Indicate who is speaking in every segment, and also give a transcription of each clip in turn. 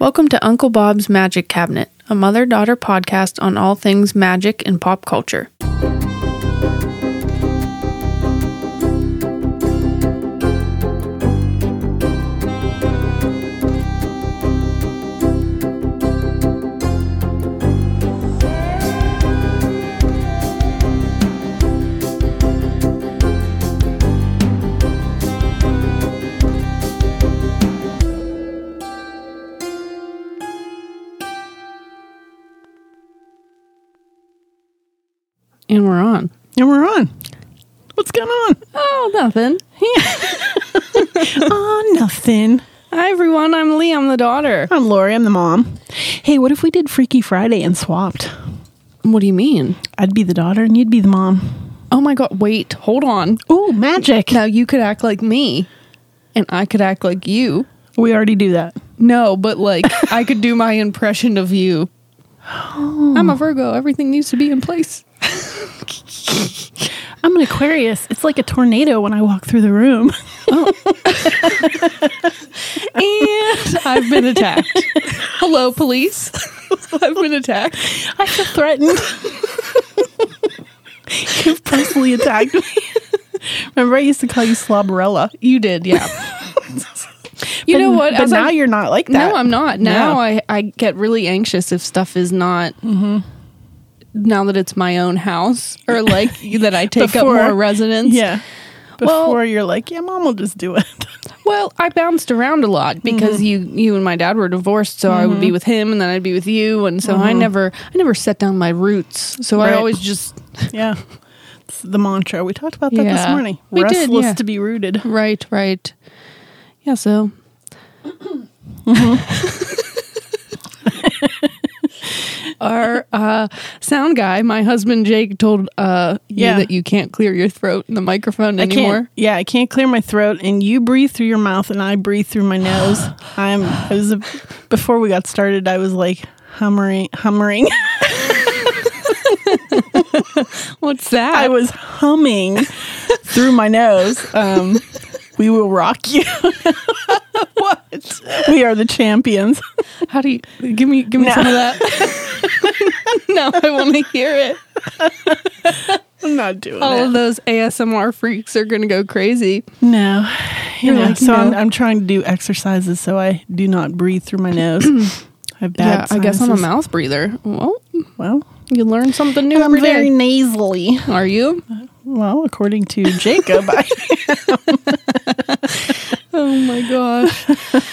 Speaker 1: Welcome to Uncle Bob's Magic Cabinet, a mother daughter podcast on all things magic and pop culture. And we're on.
Speaker 2: And we're on. What's going on?
Speaker 1: Oh, nothing.
Speaker 2: oh, nothing.
Speaker 1: Hi, everyone. I'm Lee. I'm the daughter.
Speaker 2: I'm Lori. I'm the mom. Hey, what if we did Freaky Friday and swapped?
Speaker 1: What do you mean?
Speaker 2: I'd be the daughter and you'd be the mom.
Speaker 1: Oh, my God. Wait, hold on.
Speaker 2: Oh, magic.
Speaker 1: Now you could act like me, and I could act like you.
Speaker 2: We already do that.
Speaker 1: No, but like I could do my impression of you. I'm a Virgo. Everything needs to be in place.
Speaker 2: I'm an Aquarius. It's like a tornado when I walk through the room.
Speaker 1: And I've been attacked. Hello, police. I've been attacked.
Speaker 2: I feel threatened. You've personally attacked me. Remember, I used to call you Slobberella.
Speaker 1: You did, yeah. you know what?
Speaker 2: But
Speaker 1: As
Speaker 2: now
Speaker 1: I-
Speaker 2: you're not like that.
Speaker 1: No, I'm not. Now
Speaker 2: No.
Speaker 1: I, I get really anxious if stuff is not.
Speaker 2: Mm-hmm.
Speaker 1: Now that it's my own house, or like that I take
Speaker 2: Before-
Speaker 1: up more residence.
Speaker 2: Yeah.
Speaker 1: Well-
Speaker 2: Before you're like, yeah, mom will just do it.
Speaker 1: Well, I bounced around a lot because
Speaker 2: Mm-hmm.
Speaker 1: you you and my dad were divorced, so I would be with him and then I'd be with you and so I never I never set down my roots. So I
Speaker 2: Mm-hmm. Right.
Speaker 1: always just
Speaker 2: yeah. It's the mantra. We talked about that this
Speaker 1: Yeah.
Speaker 2: morning.
Speaker 1: We did,
Speaker 2: Restless
Speaker 1: yeah.
Speaker 2: to be rooted.
Speaker 1: right, right. Yeah, so Our uh, sound guy, my husband Jake, told uh, you
Speaker 2: Yeah.
Speaker 1: that you can't clear your throat in the microphone anymore.
Speaker 2: I can't, yeah, I can't clear my throat, and you breathe through your mouth, and I breathe through my nose. I'm. I was a, before we got started. I was like hummering, hummering.
Speaker 1: What's that?
Speaker 2: I was humming through my nose. Um, we will rock you. what? We are the champions.
Speaker 1: How do you give me give me
Speaker 2: No.
Speaker 1: some of that? no, I want to hear it.
Speaker 2: I'm not doing
Speaker 1: All of
Speaker 2: it.
Speaker 1: those ASMR freaks are going to go crazy.
Speaker 2: no.
Speaker 1: You're
Speaker 2: Yeah,
Speaker 1: like,
Speaker 2: so I'm,
Speaker 1: no.
Speaker 2: I'm trying to do exercises so I do not breathe through my nose. I have bad.
Speaker 1: yeah, I guess I'm a
Speaker 2: sinuses.
Speaker 1: mouth breather. Well,
Speaker 2: Well,
Speaker 1: you learn something new
Speaker 2: I'm
Speaker 1: every day.
Speaker 2: very nasally.
Speaker 1: Are you?
Speaker 2: Well, according to Jacob, I
Speaker 1: Oh my gosh.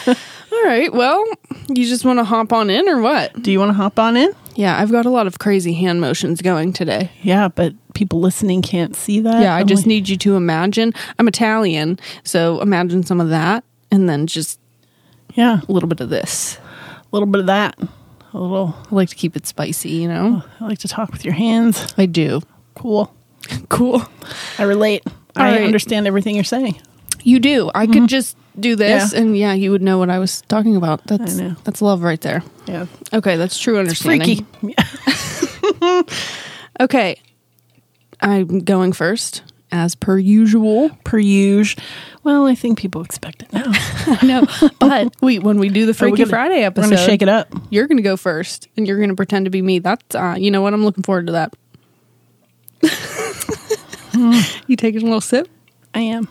Speaker 1: All right. Well, you just want to hop on in or what?
Speaker 2: Do you want to hop on in?
Speaker 1: Yeah, I've got a lot of crazy hand motions going today.
Speaker 2: Yeah, but people listening can't see that.
Speaker 1: Yeah, I
Speaker 2: I'm
Speaker 1: just
Speaker 2: like,
Speaker 1: need you to imagine. I'm Italian, so imagine some of that and then just
Speaker 2: yeah,
Speaker 1: a little bit of this.
Speaker 2: a little bit of that. A little.
Speaker 1: I like to keep it spicy, you know?
Speaker 2: I like to talk with your hands.
Speaker 1: I do.
Speaker 2: Cool.
Speaker 1: Cool.
Speaker 2: I relate. I
Speaker 1: right.
Speaker 2: understand everything you're saying.
Speaker 1: You do. I could just do this,
Speaker 2: Yeah.
Speaker 1: and Mm-hmm. yeah, you would know what I was talking about. That's
Speaker 2: I know.
Speaker 1: that's love right there.
Speaker 2: Yeah,
Speaker 1: Okay, that's true understanding.
Speaker 2: freaky. Yeah.
Speaker 1: Okay, I'm going first as per usual.
Speaker 2: Per usual. Well, I think people expect it now.
Speaker 1: no, but wait, when we do the Freaky
Speaker 2: gonna-
Speaker 1: Friday
Speaker 2: We're
Speaker 1: episode,
Speaker 2: gonna shake it up.
Speaker 1: you're going to go first, and you're going to pretend to be me. That's uh, you know what I'm looking forward to that. you taking a little sip?
Speaker 2: I am.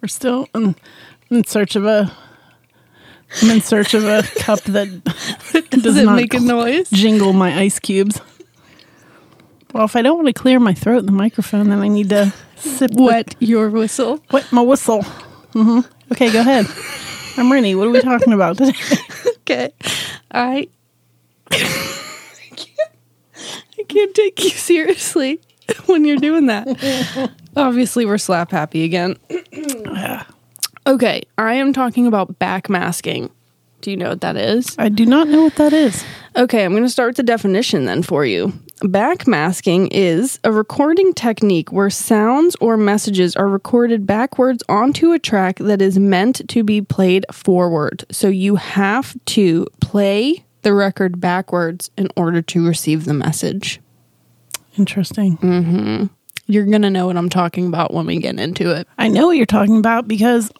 Speaker 2: We're still in, in search of a. I'm in search of a cup that does,
Speaker 1: Does it
Speaker 2: not
Speaker 1: make a noise?
Speaker 2: jingle my ice cubes. Well, if I don't want to clear my throat in the microphone, then I need to sip the-
Speaker 1: What your whistle?
Speaker 2: wet my whistle. hmm Okay, go ahead. I'm ready. What are we talking about today?
Speaker 1: Okay. I I can't I can't take you seriously when you're doing that. Obviously we're slap happy again. okay, I am talking about backmasking. Do you know what that is?
Speaker 2: I do not know what that is.
Speaker 1: Okay, I'm going to start with the definition then for you. Backmasking is a recording technique where sounds or messages are recorded backwards onto a track that is meant to be played forward. So you have to play the record backwards in order to receive the message.
Speaker 2: Interesting.
Speaker 1: Mm. You're going to know what I'm talking about when we get into it.
Speaker 2: I know what you're talking about because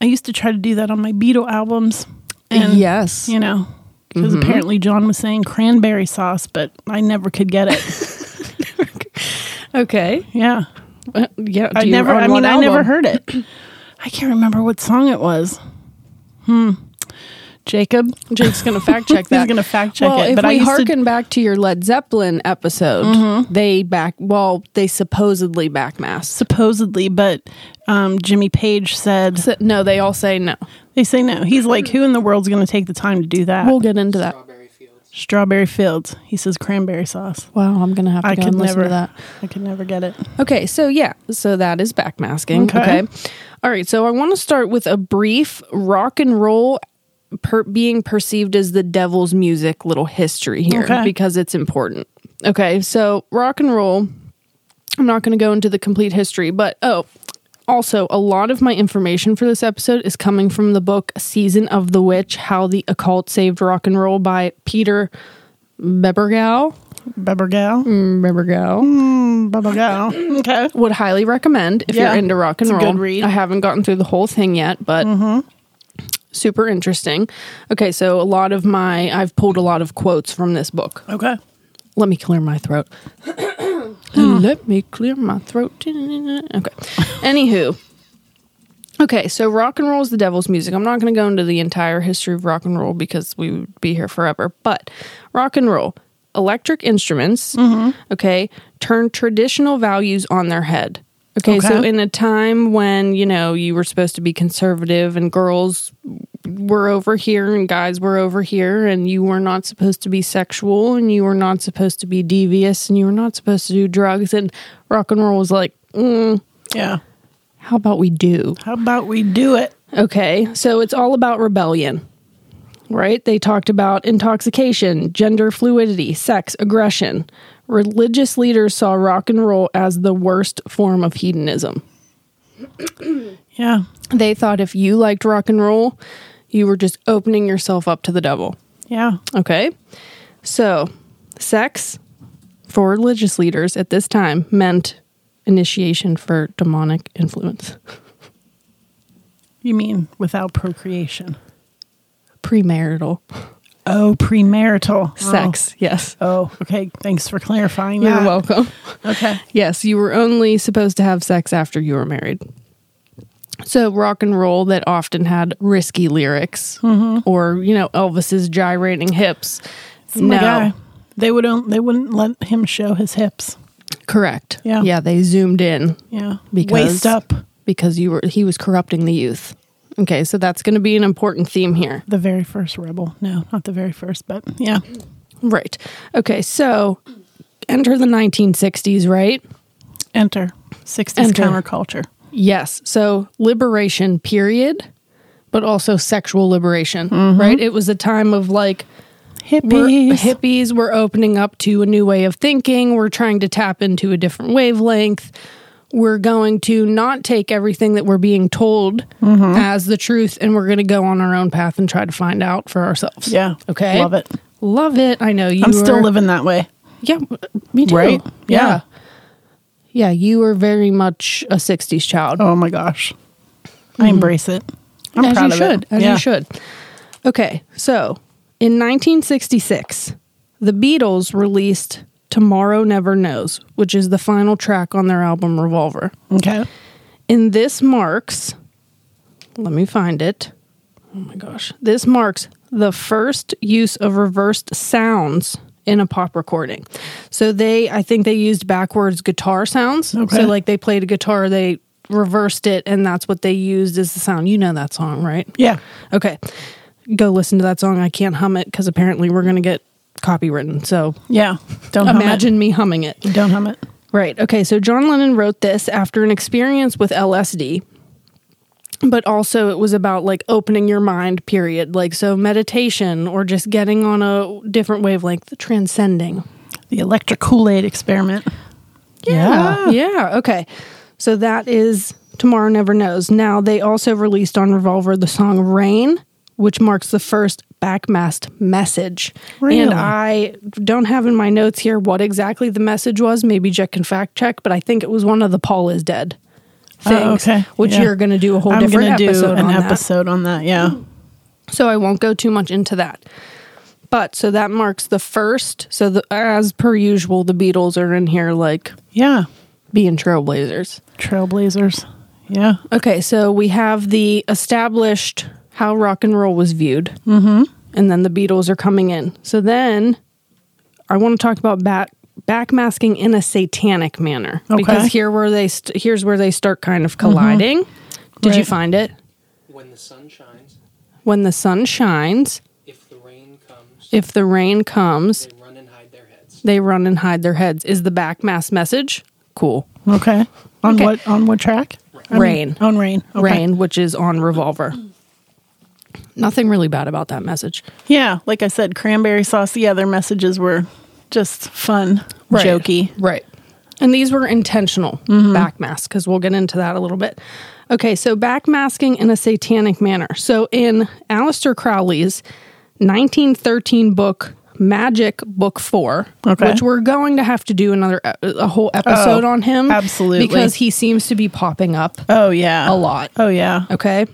Speaker 2: I used to try to do that on my Beatle albums. And,
Speaker 3: yes.
Speaker 2: You know,
Speaker 1: Mm-hmm.
Speaker 2: because apparently John was saying cranberry sauce, but I never could get it.
Speaker 1: Okay.
Speaker 2: yeah.
Speaker 1: Uh, yeah. do
Speaker 2: I
Speaker 1: you-
Speaker 2: never,
Speaker 1: on
Speaker 2: I
Speaker 1: what
Speaker 2: mean, I never
Speaker 1: album?
Speaker 2: heard it. I can't remember what song it was. Hmm. Jacob?
Speaker 1: Jake's gonna fact check that.
Speaker 2: He's going to Mm-hmm. fact check
Speaker 1: well,
Speaker 2: it.
Speaker 1: if
Speaker 2: but
Speaker 1: we
Speaker 2: I used
Speaker 1: hearken back to your Led Zeppelin episode, they back well, they supposedly backmask.
Speaker 2: to supposedly, but um, Jimmy Page said,
Speaker 1: So, no, they all say no.
Speaker 2: they say no. He's like, who in the world's going to take the time to do that?
Speaker 1: We'll get into that.
Speaker 2: Strawberry Fields. He says cranberry sauce.
Speaker 1: Wow, I'm gonna have to
Speaker 2: I
Speaker 1: go
Speaker 2: could
Speaker 1: and listen
Speaker 2: never.
Speaker 1: to that.
Speaker 2: I could never get it.
Speaker 1: Okay, so yeah, so that is backmasking. Okay.
Speaker 2: Okay.
Speaker 1: All right, so I want to start with a brief rock and roll per- being perceived as the devil's music little history here
Speaker 2: Okay.
Speaker 1: because it's important. Okay, so rock and roll, I'm not going to go into the complete history, but oh, also, a lot of my information for this episode is coming from the book Season of the Witch How the Occult Saved Rock and Roll by Peter Bebergau. Mm.
Speaker 2: Bebergal.
Speaker 1: Bebergau. Mm.
Speaker 2: Bebergal. Okay.
Speaker 1: would highly recommend if
Speaker 2: Yeah.
Speaker 1: you're into rock and
Speaker 2: It's a
Speaker 1: roll.
Speaker 2: good read. Mm-hmm.
Speaker 1: I haven't gotten through the whole thing yet, but super interesting. Okay, so a lot of my I've pulled a lot of quotes from this book.
Speaker 2: Okay.
Speaker 1: Let me clear my throat. Let me clear my throat. Okay. Anywho. Okay, so rock and roll is the devil's music. I'm not going to go into the entire history of rock and roll because we would be here forever. But rock and roll, electric instruments, okay, turn traditional values on their head. Okay, so
Speaker 2: Okay.
Speaker 1: in a time when, you know, you were supposed to be conservative and girls were over here and guys were over here and you were not supposed to be sexual and you were not supposed to be devious and you were not supposed to do drugs and rock and roll was like, mm,
Speaker 2: Yeah.
Speaker 1: how about we do?
Speaker 2: How about we do it?
Speaker 1: Okay, so it's all about rebellion, right? They talked about intoxication, gender fluidity, sex, aggression. Religious leaders saw rock and roll as the worst form of hedonism.
Speaker 2: Yeah.
Speaker 1: They thought if you liked rock and roll, you were just opening yourself up to the devil.
Speaker 2: Yeah.
Speaker 1: Okay, so sex for religious leaders at this time meant initiation for demonic influence,
Speaker 2: You mean without procreation?
Speaker 1: premarital
Speaker 2: Oh, premarital
Speaker 1: sex. Yes.
Speaker 2: Oh, oh, okay. Thanks for clarifying
Speaker 1: You're
Speaker 2: that.
Speaker 1: welcome.
Speaker 2: Okay.
Speaker 1: Yes, you were only supposed to have sex after you were married. So rock and roll that often had risky lyrics
Speaker 2: Mm-hmm.
Speaker 1: or you know Elvis's gyrating hips.
Speaker 2: My
Speaker 1: no,
Speaker 2: guy. They would on- they wouldn't let him show his hips.
Speaker 1: correct.
Speaker 2: Yeah.
Speaker 1: yeah, they zoomed in
Speaker 2: Yeah.
Speaker 1: Because-
Speaker 2: Waist up.
Speaker 1: because you were he was corrupting the youth. Okay, so that's going to be an important theme here.
Speaker 2: The very first rebel. No, not the very first, but yeah.
Speaker 1: Right. Okay, so enter the 1960s, right?
Speaker 2: Enter. 60s
Speaker 1: Enter.
Speaker 2: counterculture.
Speaker 1: Yes. So liberation period, but also sexual liberation, right? It was a time of like we're,
Speaker 2: Hippies.
Speaker 1: hippies we're opening up to a new way of thinking we're trying to tap into a different wavelength we're going to not take everything that we're being told
Speaker 2: Mm-hmm.
Speaker 1: as the truth and we're going to go on our own path and try to find out for ourselves
Speaker 2: Yeah.
Speaker 1: okay
Speaker 2: Love it.
Speaker 1: love it i know you
Speaker 2: I'm still
Speaker 1: are-
Speaker 2: living that way.
Speaker 1: yeah me too
Speaker 2: Right?
Speaker 1: yeah
Speaker 2: Yeah.
Speaker 1: yeah you were very much a 60s child
Speaker 2: Oh my gosh. I embrace it.
Speaker 1: Mm-hmm.
Speaker 2: I'm
Speaker 1: as
Speaker 2: proud
Speaker 1: you
Speaker 2: of
Speaker 1: should,
Speaker 2: it.
Speaker 1: As
Speaker 2: Yeah.
Speaker 1: you should. Okay, so in 1966, the Beatles released Tomorrow Never Knows, which is the final track on their album Revolver.
Speaker 2: Okay.
Speaker 1: And this marks, let me find it. Oh my gosh. This marks the first use of reversed sounds in a pop recording. So they, I think they used backwards guitar sounds.
Speaker 2: Okay.
Speaker 1: So like they played a guitar, they reversed it, and that's what they used as the sound. You know that song, right?
Speaker 2: Yeah.
Speaker 1: Okay. Go listen to that song. I can't hum it because apparently we're going to get copywritten. So
Speaker 2: Yeah. Don't hum it.
Speaker 1: imagine me humming it.
Speaker 2: Don't hum it.
Speaker 1: Right. Okay. So John Lennon wrote this after an experience with LSD, but also it was about like opening your mind, period. Like, so meditation or just getting on a different wavelength, transcending.
Speaker 2: The electric Kool Aid experiment.
Speaker 1: Yeah. Yeah. Okay. So that is Tomorrow Never Knows. Now, they also released on Revolver the song Rain, which marks the first backmasked message. And
Speaker 2: Really?
Speaker 1: I don't have in my notes here what exactly the message was. Maybe Jack can fact check, but I think it was one of the Paul is dead
Speaker 2: Oh,
Speaker 1: things,
Speaker 2: okay.
Speaker 1: which
Speaker 2: Yeah.
Speaker 1: you're going to do a whole
Speaker 2: I'm
Speaker 1: different
Speaker 2: gonna do
Speaker 1: episode
Speaker 2: an
Speaker 1: on that.
Speaker 2: episode on that. Yeah.
Speaker 1: So I won't go too much into that. But so that marks the first. So the, as per usual, the Beatles are in here like
Speaker 2: Yeah.
Speaker 1: being trailblazers.
Speaker 2: Trailblazers. Yeah.
Speaker 1: Okay, so we have the established how rock and roll was viewed, mm-hmm. and then the Beatles are coming in. So then, I want to talk about back backmasking in a satanic manner
Speaker 2: Okay.
Speaker 1: because here where they st- here's where they start kind of colliding. Did you
Speaker 2: Mm-hmm. Right.
Speaker 1: find it?
Speaker 3: When the sun shines,
Speaker 1: When the sun shines,
Speaker 3: if the rain comes,
Speaker 1: if the rain comes,
Speaker 3: they run and hide their heads.
Speaker 1: they run and hide their heads. Is the backmask message cool?
Speaker 2: Okay. On
Speaker 1: Okay.
Speaker 2: what on what track? I mean,
Speaker 1: Rain.
Speaker 2: on rain. Okay.
Speaker 1: Rain, which is on Revolver. Nothing really bad about that message.
Speaker 2: Yeah, like I said, cranberry sauce. The other messages were just fun, jokey.
Speaker 1: Right. And these were intentional
Speaker 2: Mm-hmm.
Speaker 1: backmasks because we'll get into that a little bit. Okay, so backmasking in a satanic manner. So in Aleister Crowley's 1913 book, Magic Book 4,
Speaker 2: Okay.
Speaker 1: which we're going to have to do another e- a whole episode
Speaker 2: Oh,
Speaker 1: on him.
Speaker 2: absolutely.
Speaker 1: Because he seems to be popping up
Speaker 2: Oh yeah.
Speaker 1: a lot.
Speaker 2: Oh yeah.
Speaker 1: Okay.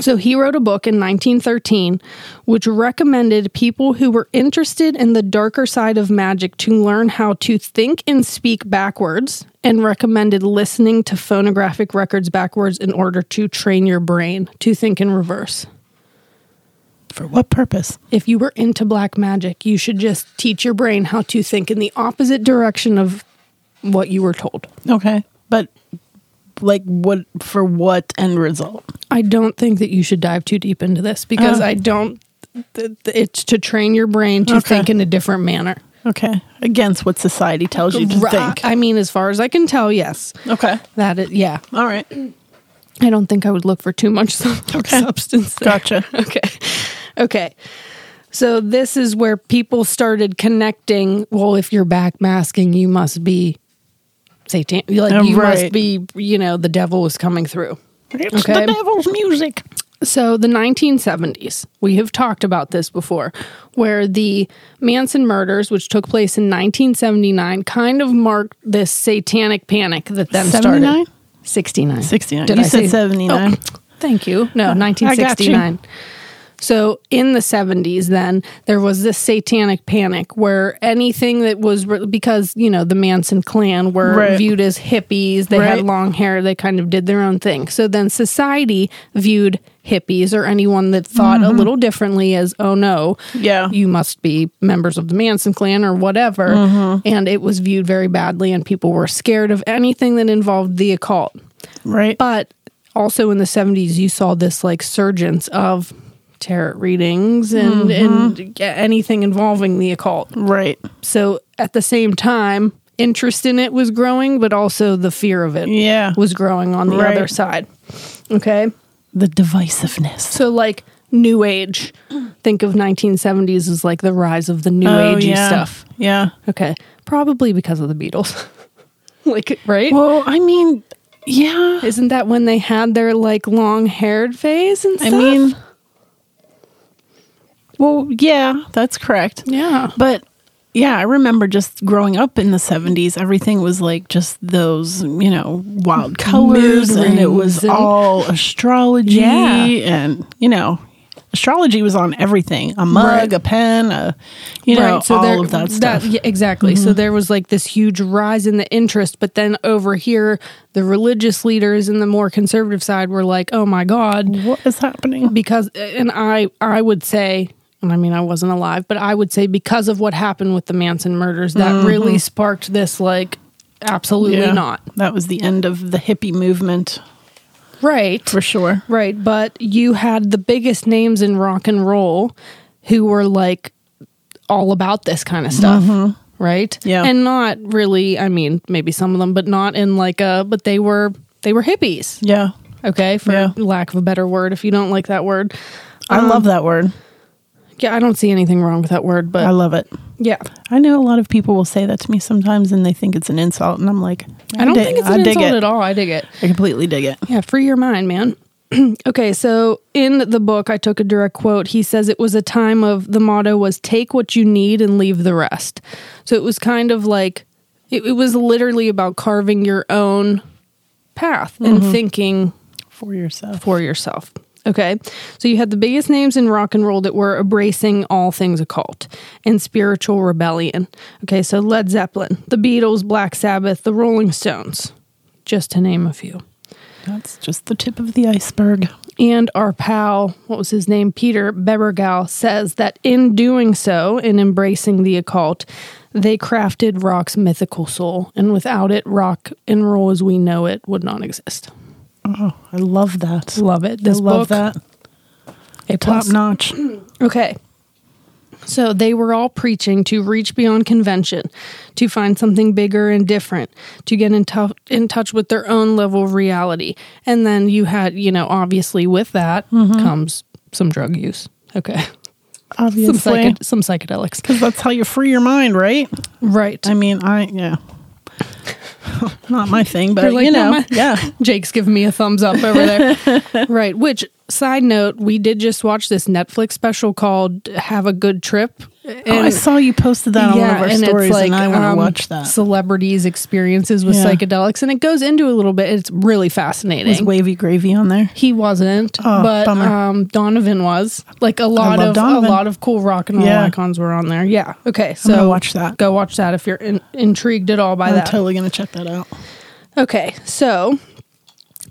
Speaker 1: So he wrote a book in 1913 which recommended people who were interested in the darker side of magic to learn how to think and speak backwards and recommended listening to phonographic records backwards in order to train your brain to think in reverse.
Speaker 2: For what purpose?
Speaker 1: If you were into black magic, you should just teach your brain how to think in the opposite direction of what you were told.
Speaker 2: Okay. But like what for what end result?
Speaker 1: I don't think that you should dive too deep into this because
Speaker 2: Oh.
Speaker 1: I don't. Th- th- it's to train your brain to
Speaker 2: Okay.
Speaker 1: think in a different manner.
Speaker 2: Okay. Against what society tells you to
Speaker 1: Ra-
Speaker 2: think.
Speaker 1: I mean, as far as I can tell, yes.
Speaker 2: Okay.
Speaker 1: That it, yeah.
Speaker 2: All right.
Speaker 1: I don't think I would look for too much sub-
Speaker 2: Okay.
Speaker 1: substance. there.
Speaker 2: Gotcha.
Speaker 1: Okay. Okay. So this is where people started connecting. Well, if you're backmasking, you must be satan. Like
Speaker 2: Oh,
Speaker 1: you must
Speaker 2: right.
Speaker 1: be. You know, the devil was coming through.
Speaker 2: It's
Speaker 1: Okay.
Speaker 2: the devil's music.
Speaker 1: So, the 1970s, we have talked about this before, where the Manson murders, which took place in 1979, kind of marked this satanic panic that then
Speaker 2: 79?
Speaker 1: started. 69.
Speaker 2: 69.
Speaker 1: Did
Speaker 2: you
Speaker 1: I
Speaker 2: said
Speaker 1: say- Oh,
Speaker 2: 79.
Speaker 1: Thank you. No, 1969. So in the 70s, then there was this satanic panic where anything that was re- because you know the Manson clan were
Speaker 2: Right.
Speaker 1: viewed as hippies, they
Speaker 2: Right.
Speaker 1: had long hair, they kind of did their own thing. So then society viewed hippies or anyone that thought a little differently as oh no,
Speaker 2: Yeah.
Speaker 1: you must be members of the Manson clan or whatever. And it was viewed very badly, and people were scared of anything that involved the occult
Speaker 2: Right.
Speaker 1: but also in the 70s you saw this like surgence of tarot readings and and anything involving the occult
Speaker 2: right.
Speaker 1: so at the same time interest in it was growing but also the fear of it
Speaker 2: Yeah.
Speaker 1: was growing on the
Speaker 2: Right.
Speaker 1: other side okay
Speaker 2: The divisiveness.
Speaker 1: so like new age think of 1970s as like the rise of the new agey
Speaker 2: Oh, yeah.
Speaker 1: stuff
Speaker 2: Yeah.
Speaker 1: okay probably because of the beatles like right
Speaker 2: Well, I mean, yeah.
Speaker 1: isn't that when they had their like long haired phase and
Speaker 2: I
Speaker 1: stuff?
Speaker 2: mean, well, yeah, that's correct.
Speaker 1: Yeah.
Speaker 2: But yeah, I remember just growing up in the 70s, everything was like just those, you know, wild colors and it was
Speaker 1: rings and-
Speaker 2: all astrology
Speaker 1: Yeah.
Speaker 2: and, you know, astrology was on everything. A mug,
Speaker 1: Right.
Speaker 2: a pen, a you know, all
Speaker 1: there-
Speaker 2: of that stuff. Mm-hmm.
Speaker 1: yeah, exactly. So there was like this huge rise in the interest, but then over here, the religious leaders and the more conservative side were like, "Oh my god,"
Speaker 2: What is happening?
Speaker 1: because and I I would say, and I mean I wasn't alive, but I would say because of what happened with the Manson murders, that
Speaker 2: Mm-hmm.
Speaker 1: really sparked this like absolutely not
Speaker 2: That was the end of the hippie movement
Speaker 1: right
Speaker 2: for sure.
Speaker 1: Right, but you had the biggest names in rock and roll who were like all about this kind of stuff. Right?
Speaker 2: Mm-hmm. Yeah.
Speaker 1: And not really, I mean, maybe some of them, but not in like a but they were they were hippies.
Speaker 2: Yeah.
Speaker 1: Okay, for
Speaker 2: Yeah.
Speaker 1: lack of a better word, if you don't like that word.
Speaker 2: I
Speaker 1: Um,
Speaker 2: love that word.
Speaker 1: Yeah, I don't see anything wrong with that word, but
Speaker 2: I love it.
Speaker 1: yeah.
Speaker 2: I know a lot of people will say that to me sometimes and they think it's an insult and I'm like
Speaker 1: I, don't
Speaker 2: dig-
Speaker 1: think it's
Speaker 2: I
Speaker 1: an
Speaker 2: dig
Speaker 1: insult
Speaker 2: it.
Speaker 1: at all. I dig it.
Speaker 2: I completely dig it.
Speaker 1: Yeah, free your mind, man. okay, so in the book, I took a direct quote. He says it was a time of the motto was take what you need and leave the rest. So it was kind of like it, it was literally about carving your own path and thinking
Speaker 2: For yourself.
Speaker 1: for yourself. Okay. So you had the biggest names in rock and roll that were embracing all things occult and spiritual rebellion. Okay. So Led Zeppelin, the Beatles, Black Sabbath, the Rolling Stones, just to name a few.
Speaker 2: That's just the tip of the iceberg.
Speaker 1: And our pal, what was his name? Peter Bebergal says that in doing so, in embracing the occult, they crafted rock's mythical soul. And without it, rock and roll as we know it would not exist.
Speaker 2: Oh, I love that.
Speaker 1: Love it.
Speaker 2: I
Speaker 1: This book,
Speaker 2: love that.
Speaker 1: A
Speaker 2: Top
Speaker 1: plus.
Speaker 2: notch.
Speaker 1: Okay. So they were all preaching to reach beyond convention, to find something bigger and different, to get in, tou- in touch with their own level of reality. And then you had, you know, obviously with that
Speaker 2: Mm-hmm.
Speaker 1: comes some drug use. Okay. Some,
Speaker 2: Obviously.
Speaker 1: psyched- some psychedelics.
Speaker 2: Because that's how you free your mind, right?
Speaker 1: Right.
Speaker 2: I mean, I, yeah. Not my thing, but
Speaker 1: You're like,
Speaker 2: you know,
Speaker 1: "Not my-"
Speaker 2: yeah.
Speaker 1: Jake's giving me a thumbs up over there. right. Which, side note, we did just watch this Netflix special called Have a Good Trip.
Speaker 2: Oh, I
Speaker 1: And-
Speaker 2: saw you posted that on one of our
Speaker 1: it's
Speaker 2: stories, and I want to
Speaker 1: um,
Speaker 2: watch that.
Speaker 1: Celebrities' experiences with
Speaker 2: Yeah.
Speaker 1: psychedelics, and it goes into a little bit. It's really fascinating.
Speaker 2: Was wavy gravy on there?
Speaker 1: he wasn't,
Speaker 2: Oh,
Speaker 1: but
Speaker 2: bummer.
Speaker 1: um, Donovan was. Like a lot
Speaker 2: love
Speaker 1: of
Speaker 2: Donovan.
Speaker 1: a lot of cool rock and roll
Speaker 2: Yeah.
Speaker 1: icons were on there. Yeah. Okay.
Speaker 2: I'm gonna
Speaker 1: So
Speaker 2: watch that.
Speaker 1: Go watch that if you're in, intrigued at all by
Speaker 2: I'm
Speaker 1: that.
Speaker 2: totally gonna check that out.
Speaker 1: Okay, so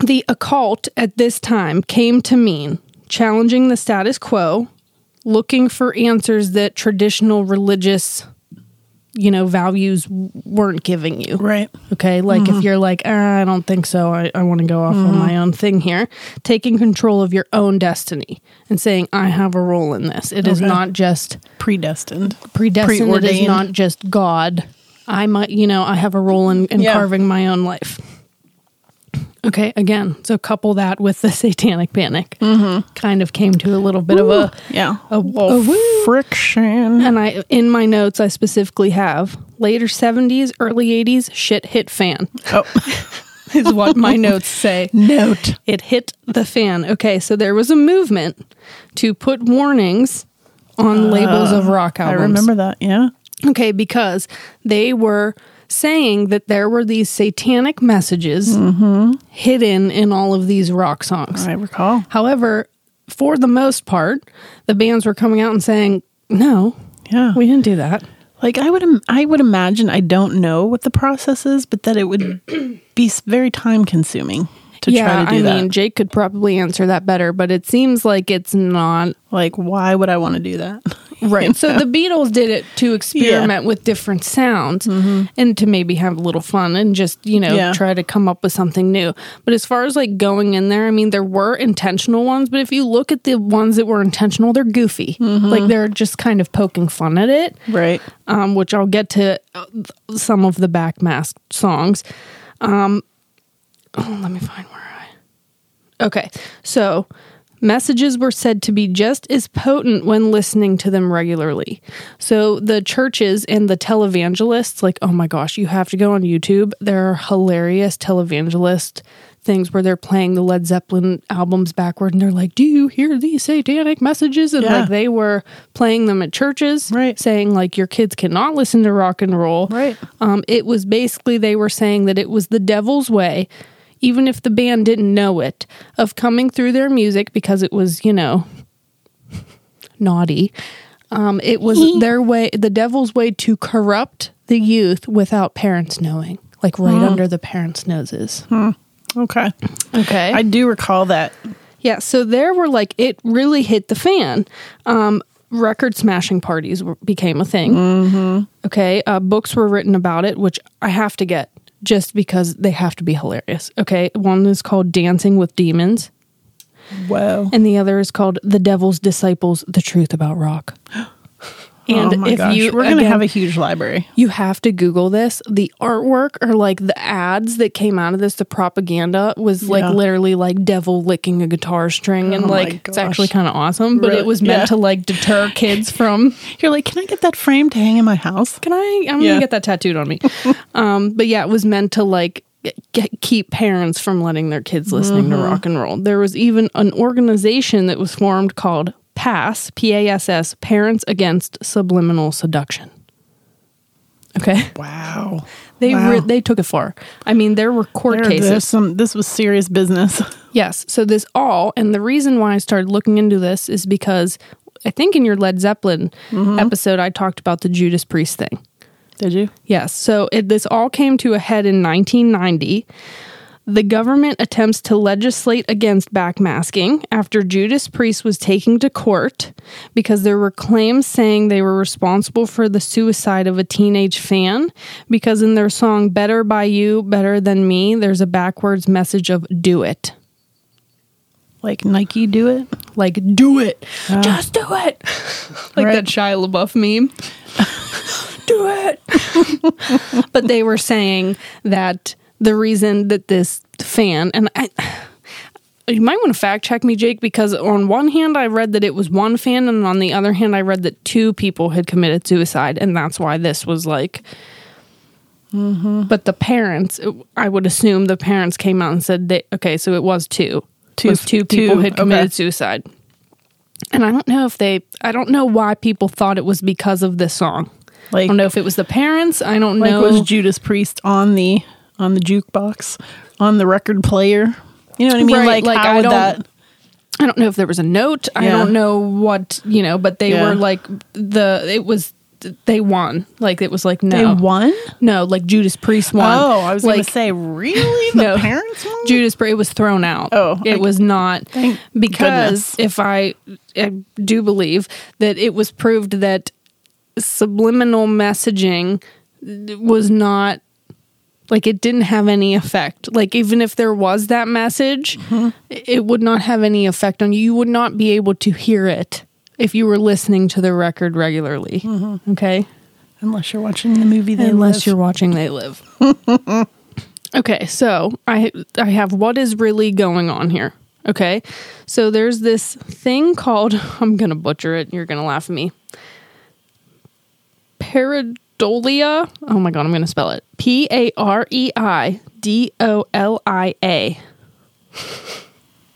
Speaker 1: the occult at this time came to mean challenging the status quo, looking for answers that traditional religious, you know, values w- weren't giving you.
Speaker 2: Right. Mm-hmm.
Speaker 1: Okay, like if you're like, ah, I don't think so, I, I want to go off on my own thing here, taking control of your own destiny and saying, I have a role in this. It is
Speaker 2: Okay.
Speaker 1: not just
Speaker 2: Predestined.
Speaker 1: predestined, it
Speaker 2: Preordained.
Speaker 1: is not just God. I might, you know, I have a role in, in
Speaker 2: Yeah.
Speaker 1: carving my own life. Okay, again, so couple that with the satanic panic.
Speaker 2: Mm-hmm.
Speaker 1: Kind of came to a little bit of a
Speaker 2: Yeah.
Speaker 1: a, a Oh, woo.
Speaker 2: Friction.
Speaker 1: And I, in my notes, I specifically have later seventies, early eighties, shit hit fan
Speaker 2: Oh,
Speaker 1: is what my notes say.
Speaker 2: note.
Speaker 1: It hit the fan. Okay, so there was a movement to put warnings on labels of rock
Speaker 2: I
Speaker 1: albums.
Speaker 2: remember that. Yeah.
Speaker 1: Okay, because they were saying that there were these satanic messages hidden in all of these rock songs.
Speaker 2: I recall.
Speaker 1: However, for the most part, the bands were coming out and saying, no,
Speaker 2: Yeah.
Speaker 1: we didn't do that.
Speaker 2: Like I would, Im- I would imagine. I don't know what the process is, but that it would be s- very time consuming to try to do
Speaker 1: I
Speaker 2: that.
Speaker 1: mean, Jake could probably answer that better, but it seems like it's not
Speaker 2: like, why would I want to do that?
Speaker 1: right. So the Beatles did it to experiment with different sounds and to maybe have a little fun and just, you know,
Speaker 2: Yeah.
Speaker 1: try to come up with something new. But as far as like going in there, I mean, there were intentional ones, but if you look at the ones that were intentional, they're goofy. Like they're just kind of poking fun at it,
Speaker 2: right.
Speaker 1: um, which I'll get to uh, th- some of the backmask songs. Um, oh, let me find where I. Okay, so messages were said to be just as potent when listening to them regularly. So the churches and the televangelists, like, oh my gosh, you have to go on YouTube. There are hilarious televangelist things where they're playing the Led Zeppelin albums backward and they're like, do you hear these satanic messages? And
Speaker 2: Yeah.
Speaker 1: like they were playing them at churches
Speaker 2: Right.
Speaker 1: saying like your kids cannot listen to rock and roll.
Speaker 2: Right.
Speaker 1: Um, it was basically they were saying that it was the devil's way, even if the band didn't know it, of coming through their music because it was you know naughty. Um, it was their way, the devil's way to corrupt the youth without parents knowing, like right under the parents' noses.
Speaker 2: Okay.
Speaker 1: Okay,
Speaker 2: I do recall that.
Speaker 1: yeah, so there were like it really hit the fan. Um, record smashing parties were, became a thing. Mm-hmm. Okay, uh, books were written about it, which I have to get just because they have to be hilarious. Okay, one is called Dancing with Demons,
Speaker 2: Whoa.
Speaker 1: and the other is called The Devil's Disciples: The Truth About Rock. And
Speaker 2: oh my
Speaker 1: if
Speaker 2: gosh.
Speaker 1: you
Speaker 2: we're gonna
Speaker 1: again,
Speaker 2: have a huge library.
Speaker 1: you have to Google this. The artwork or like the ads that came out of this, the propaganda was like
Speaker 2: Yeah.
Speaker 1: literally like devil licking a guitar string, and
Speaker 2: Oh my
Speaker 1: like it's actually
Speaker 2: gosh.
Speaker 1: kind of awesome. But
Speaker 2: Really?
Speaker 1: it was meant
Speaker 2: Yeah.
Speaker 1: to like deter kids from.
Speaker 2: You're like, can I get that frame to hang in my house?
Speaker 1: Can I? I'm
Speaker 2: Yeah.
Speaker 1: gonna get that tattooed on me. um, but yeah, it was meant to like get, keep parents from letting their kids listening
Speaker 2: Mm-hmm.
Speaker 1: to rock and roll. There was even an organization that was formed called PASS, P A S S, Parents Against Subliminal Seduction. Okay.
Speaker 2: Wow.
Speaker 1: They
Speaker 2: Wow.
Speaker 1: re- they took it far. I mean, there were court
Speaker 2: There-
Speaker 1: cases.
Speaker 2: there's some, this was serious business.
Speaker 1: Yes. So this all, and the reason why I started looking into this is because I think in your Led Zeppelin
Speaker 2: Mm-hmm.
Speaker 1: episode, I talked about the Judas Priest thing.
Speaker 2: Did you?
Speaker 1: Yes. So it, this all came to a head in 1990. The government attempts to legislate against backmasking after Judas Priest was taken to court because there were claims saying they were responsible for the suicide of a teenage fan because in their song Better by You, Better Than Me, there's a backwards message of do it.
Speaker 2: Like Nike do it?
Speaker 1: Like do it. Just do it. like
Speaker 2: Right.
Speaker 1: that Ah. Shia LaBeouf meme. do it. but they were saying that the reason that this fan and I you might want to fact check me Jake because on one hand I read that it was one fan and on the other hand I read that two people had committed suicide and that's why this was like
Speaker 2: Mm-hmm.
Speaker 1: but the parents I would assume the parents came out and said they okay so it was two two
Speaker 2: Two-
Speaker 1: was two people
Speaker 2: two,
Speaker 1: had committed
Speaker 2: okay.
Speaker 1: suicide and I don't know if they I don't know why people thought it was because of this song
Speaker 2: Like,
Speaker 1: I don't know if it was the parents. I don't
Speaker 2: like
Speaker 1: know.
Speaker 2: was Judas Priest on the on the jukebox, on the record player? You know what I mean?
Speaker 1: Right,
Speaker 2: like,
Speaker 1: like,
Speaker 2: how
Speaker 1: I
Speaker 2: would
Speaker 1: don't-
Speaker 2: that?
Speaker 1: I don't know if there was a note. I
Speaker 2: Yeah.
Speaker 1: don't know what you know, but they
Speaker 2: Yeah.
Speaker 1: were like the. It was they won. Like it was like no,
Speaker 2: They won?
Speaker 1: no, like Judas Priest won.
Speaker 2: Oh, I was going
Speaker 1: Like,
Speaker 2: to say, really? The
Speaker 1: No.
Speaker 2: parents won?
Speaker 1: Judas Priest. It was thrown out.
Speaker 2: Oh,
Speaker 1: it
Speaker 2: I-
Speaker 1: was not
Speaker 2: Thank
Speaker 1: because if I, I do believe that it was proved that subliminal messaging was not like it didn't have any effect like even if there was that message
Speaker 2: Mm-hmm.
Speaker 1: it would not have any effect on you you would not be able to hear it if you were listening to the record regularly
Speaker 2: Mm-hmm.
Speaker 1: okay
Speaker 2: Unless you're watching the movie, they
Speaker 1: unless
Speaker 2: live.
Speaker 1: you're watching they live okay so i i have what is really going on here okay so there's this thing called i'm gonna butcher it you're gonna laugh at me pareidolia oh my god i'm gonna spell it E p-a-r-e-i-d-o-l-i-a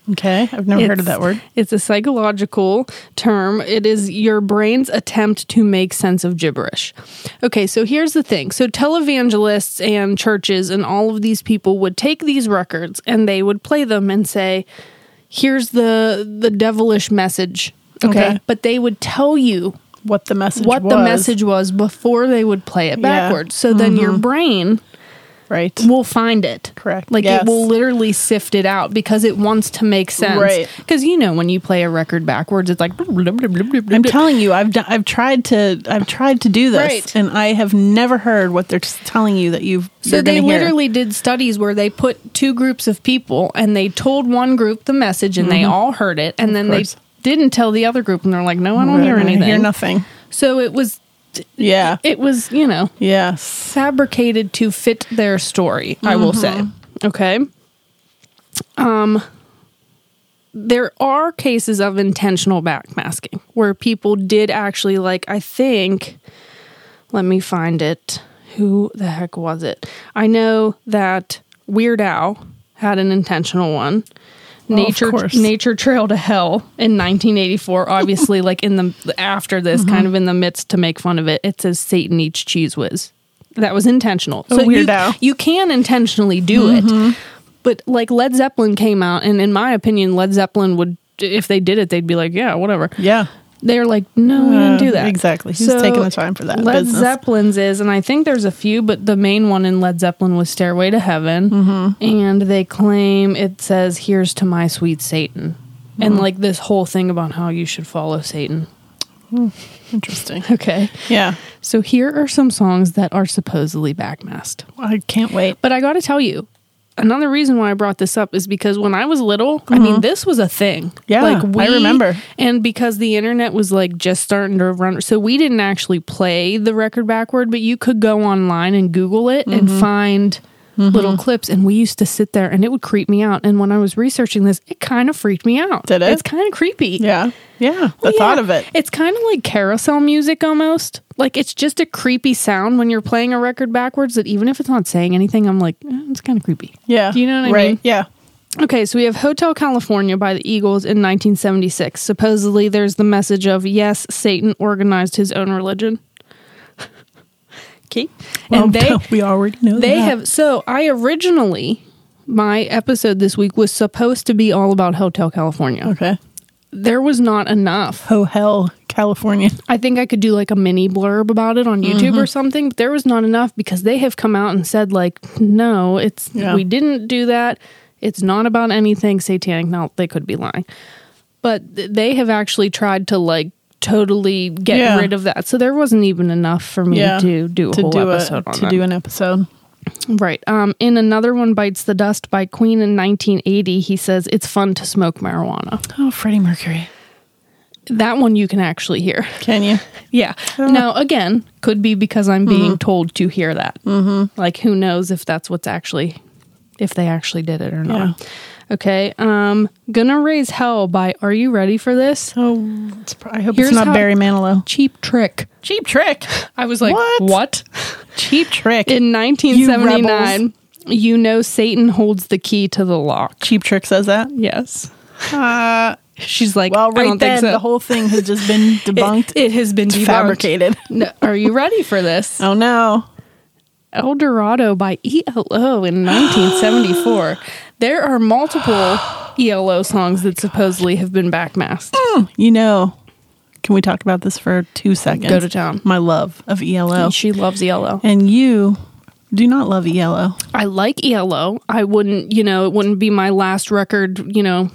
Speaker 2: Okay, I've never heard of
Speaker 1: It's-
Speaker 2: that word.
Speaker 1: It's a psychological term. It is your brain's attempt to make sense of gibberish. Okay, so here's the thing. So televangelists and churches and all of these people would take these records and they would play them and say, "Here's the the devilish message." Okay?
Speaker 2: Okay.
Speaker 1: But they would tell you
Speaker 2: What the message?
Speaker 1: what
Speaker 2: was.
Speaker 1: the message was before they would play it
Speaker 2: Yeah. Mm-hmm.
Speaker 1: backwards. So then your brain
Speaker 2: Right.
Speaker 1: will find it.
Speaker 2: Correct.
Speaker 1: Like
Speaker 2: Yes.
Speaker 1: it will literally sift it out because it wants to make sense.
Speaker 2: Right.
Speaker 1: Because you know when you play a record backwards, it's like
Speaker 2: I'm telling you, I've done, I've tried to I've tried to do this,
Speaker 1: Right.
Speaker 2: and I have never heard what they're just telling you that you've.
Speaker 1: So
Speaker 2: you're
Speaker 1: they
Speaker 2: gonna hear.
Speaker 1: literally did studies where they put two groups of people and they told one group the message and they all heard it and then they
Speaker 2: Mm-hmm. course.
Speaker 1: didn't tell the other group and they're like, no, I don't
Speaker 2: Right,
Speaker 1: hear
Speaker 2: right,
Speaker 1: anything.
Speaker 2: Hear nothing.
Speaker 1: So it was,
Speaker 2: Yeah.
Speaker 1: it was, you know,
Speaker 2: yes.
Speaker 1: fabricated to fit their story, I will say.
Speaker 2: Mm-hmm.
Speaker 1: Okay. Um there are cases of intentional backmasking where people did actually like I think let me find it. Who the heck was it? I know that Weird Al had an intentional one.
Speaker 2: Well, of
Speaker 1: Nature
Speaker 2: course.
Speaker 1: Nature Trail to Hell in 1984, obviously like in the after this kind of in the midst to make fun of it. It says Satan eats cheese whiz. That was intentional.
Speaker 2: Oh, Weird Al.
Speaker 1: you, you can intentionally do it. But like Led Zeppelin came out and in my opinion Led Zeppelin would if they did it they'd be like, yeah, whatever.
Speaker 2: Yeah.
Speaker 1: They're like, no, we didn't do
Speaker 2: Uh,
Speaker 1: that.
Speaker 2: exactly. Who's taking the time for that
Speaker 1: Led
Speaker 2: business?
Speaker 1: Zeppelin's is, and I think there's a few, but the main one in Led Zeppelin was Stairway to Heaven.
Speaker 2: Mm-hmm.
Speaker 1: And they claim it says, Here's to my sweet Satan.
Speaker 2: Mm-hmm.
Speaker 1: And like this whole thing about how you should follow Satan.
Speaker 2: Interesting.
Speaker 1: Okay.
Speaker 2: Yeah.
Speaker 1: So here are some songs that are supposedly backmasked.
Speaker 2: I can't wait.
Speaker 1: But I got to tell you, another reason why I brought this up is because when I was little, I mean, this was a thing.
Speaker 2: Uh-huh. Yeah, I remember.
Speaker 1: And because the internet was like just starting to run, so we didn't actually play the record backward, but you could go online and Google it and
Speaker 2: Mm-hmm.
Speaker 1: find little clips. And we used to sit there, and it would creep me out. And when I was researching this, it kind of freaked me out.
Speaker 2: Did it?
Speaker 1: It's kind of creepy.
Speaker 2: Yeah. Yeah. The
Speaker 1: Well, yeah.
Speaker 2: thought of it.
Speaker 1: It's kind of like carousel music almost. Like it's just a creepy sound when you're playing a record backwards that even if it's not saying anything, I'm like, eh, it's kind of creepy.
Speaker 2: Yeah.
Speaker 1: Do you know what I
Speaker 2: right.
Speaker 1: mean?
Speaker 2: Yeah.
Speaker 1: Okay, so we have Hotel California by the Eagles in 1976. Supposedly there's the message of, yes, Satan organized his own religion. Okay.
Speaker 2: Well,
Speaker 1: and they
Speaker 2: we already know
Speaker 1: they
Speaker 2: that.
Speaker 1: have so I originally my episode this week was supposed to be all about Hotel California.
Speaker 2: Okay.
Speaker 1: There was not enough.
Speaker 2: Oh hell, California.
Speaker 1: I think I could do like a mini blurb about it on YouTube
Speaker 2: Mm-hmm.
Speaker 1: or something, but there was not enough because they have come out and said like, no, it's
Speaker 2: Yeah.
Speaker 1: we didn't do that. It's not about anything satanic. Now they could be lying, but th- they have actually tried to like totally get
Speaker 2: Yeah.
Speaker 1: rid of that. So there wasn't even enough for me
Speaker 2: Yeah.
Speaker 1: to do a
Speaker 2: to
Speaker 1: whole
Speaker 2: do a,
Speaker 1: episode on
Speaker 2: to
Speaker 1: that.
Speaker 2: do an episode.
Speaker 1: Right. Um, in another one, "Bites the Dust" by Queen in 1980, he says it's fun to smoke marijuana.
Speaker 2: Oh, Freddie Mercury.
Speaker 1: That one you can actually hear.
Speaker 2: Can you?
Speaker 1: Yeah. Now, again, could be because I'm being told to hear that. Mm-hmm. Like, who knows if that's what's actually, if they actually did it or not. Okay. Um, "Gonna Raise Hell" by Are you ready for this?
Speaker 2: Oh, it's, pro- I hope
Speaker 1: Here's
Speaker 2: it's not
Speaker 1: how-
Speaker 2: Barry Manilow.
Speaker 1: Cheap Trick.
Speaker 2: Cheap trick.
Speaker 1: I was like,
Speaker 2: What?
Speaker 1: what?
Speaker 2: Cheap trick.
Speaker 1: In 1979, you know Satan holds the key to the lock.
Speaker 2: Cheap trick says that.
Speaker 1: Yes.
Speaker 2: Uh,
Speaker 1: She's like,
Speaker 2: well,
Speaker 1: I
Speaker 2: right
Speaker 1: don't think
Speaker 2: then
Speaker 1: so.
Speaker 2: the whole thing has just been debunked.
Speaker 1: It, it has been
Speaker 2: It's
Speaker 1: debunked.
Speaker 2: fabricated.
Speaker 1: No, are you ready for this?
Speaker 2: Oh no.
Speaker 1: El Dorado by ELO in 1974. there are multiple ELO songs that supposedly have been backmasked.
Speaker 2: You know, can we talk about this for two seconds?
Speaker 1: Go to town.
Speaker 2: My love of E ELO.
Speaker 1: She loves ELO.
Speaker 2: And you do not love E ELO.
Speaker 1: I like ELO. I wouldn't, you know, it wouldn't be my last record, you know.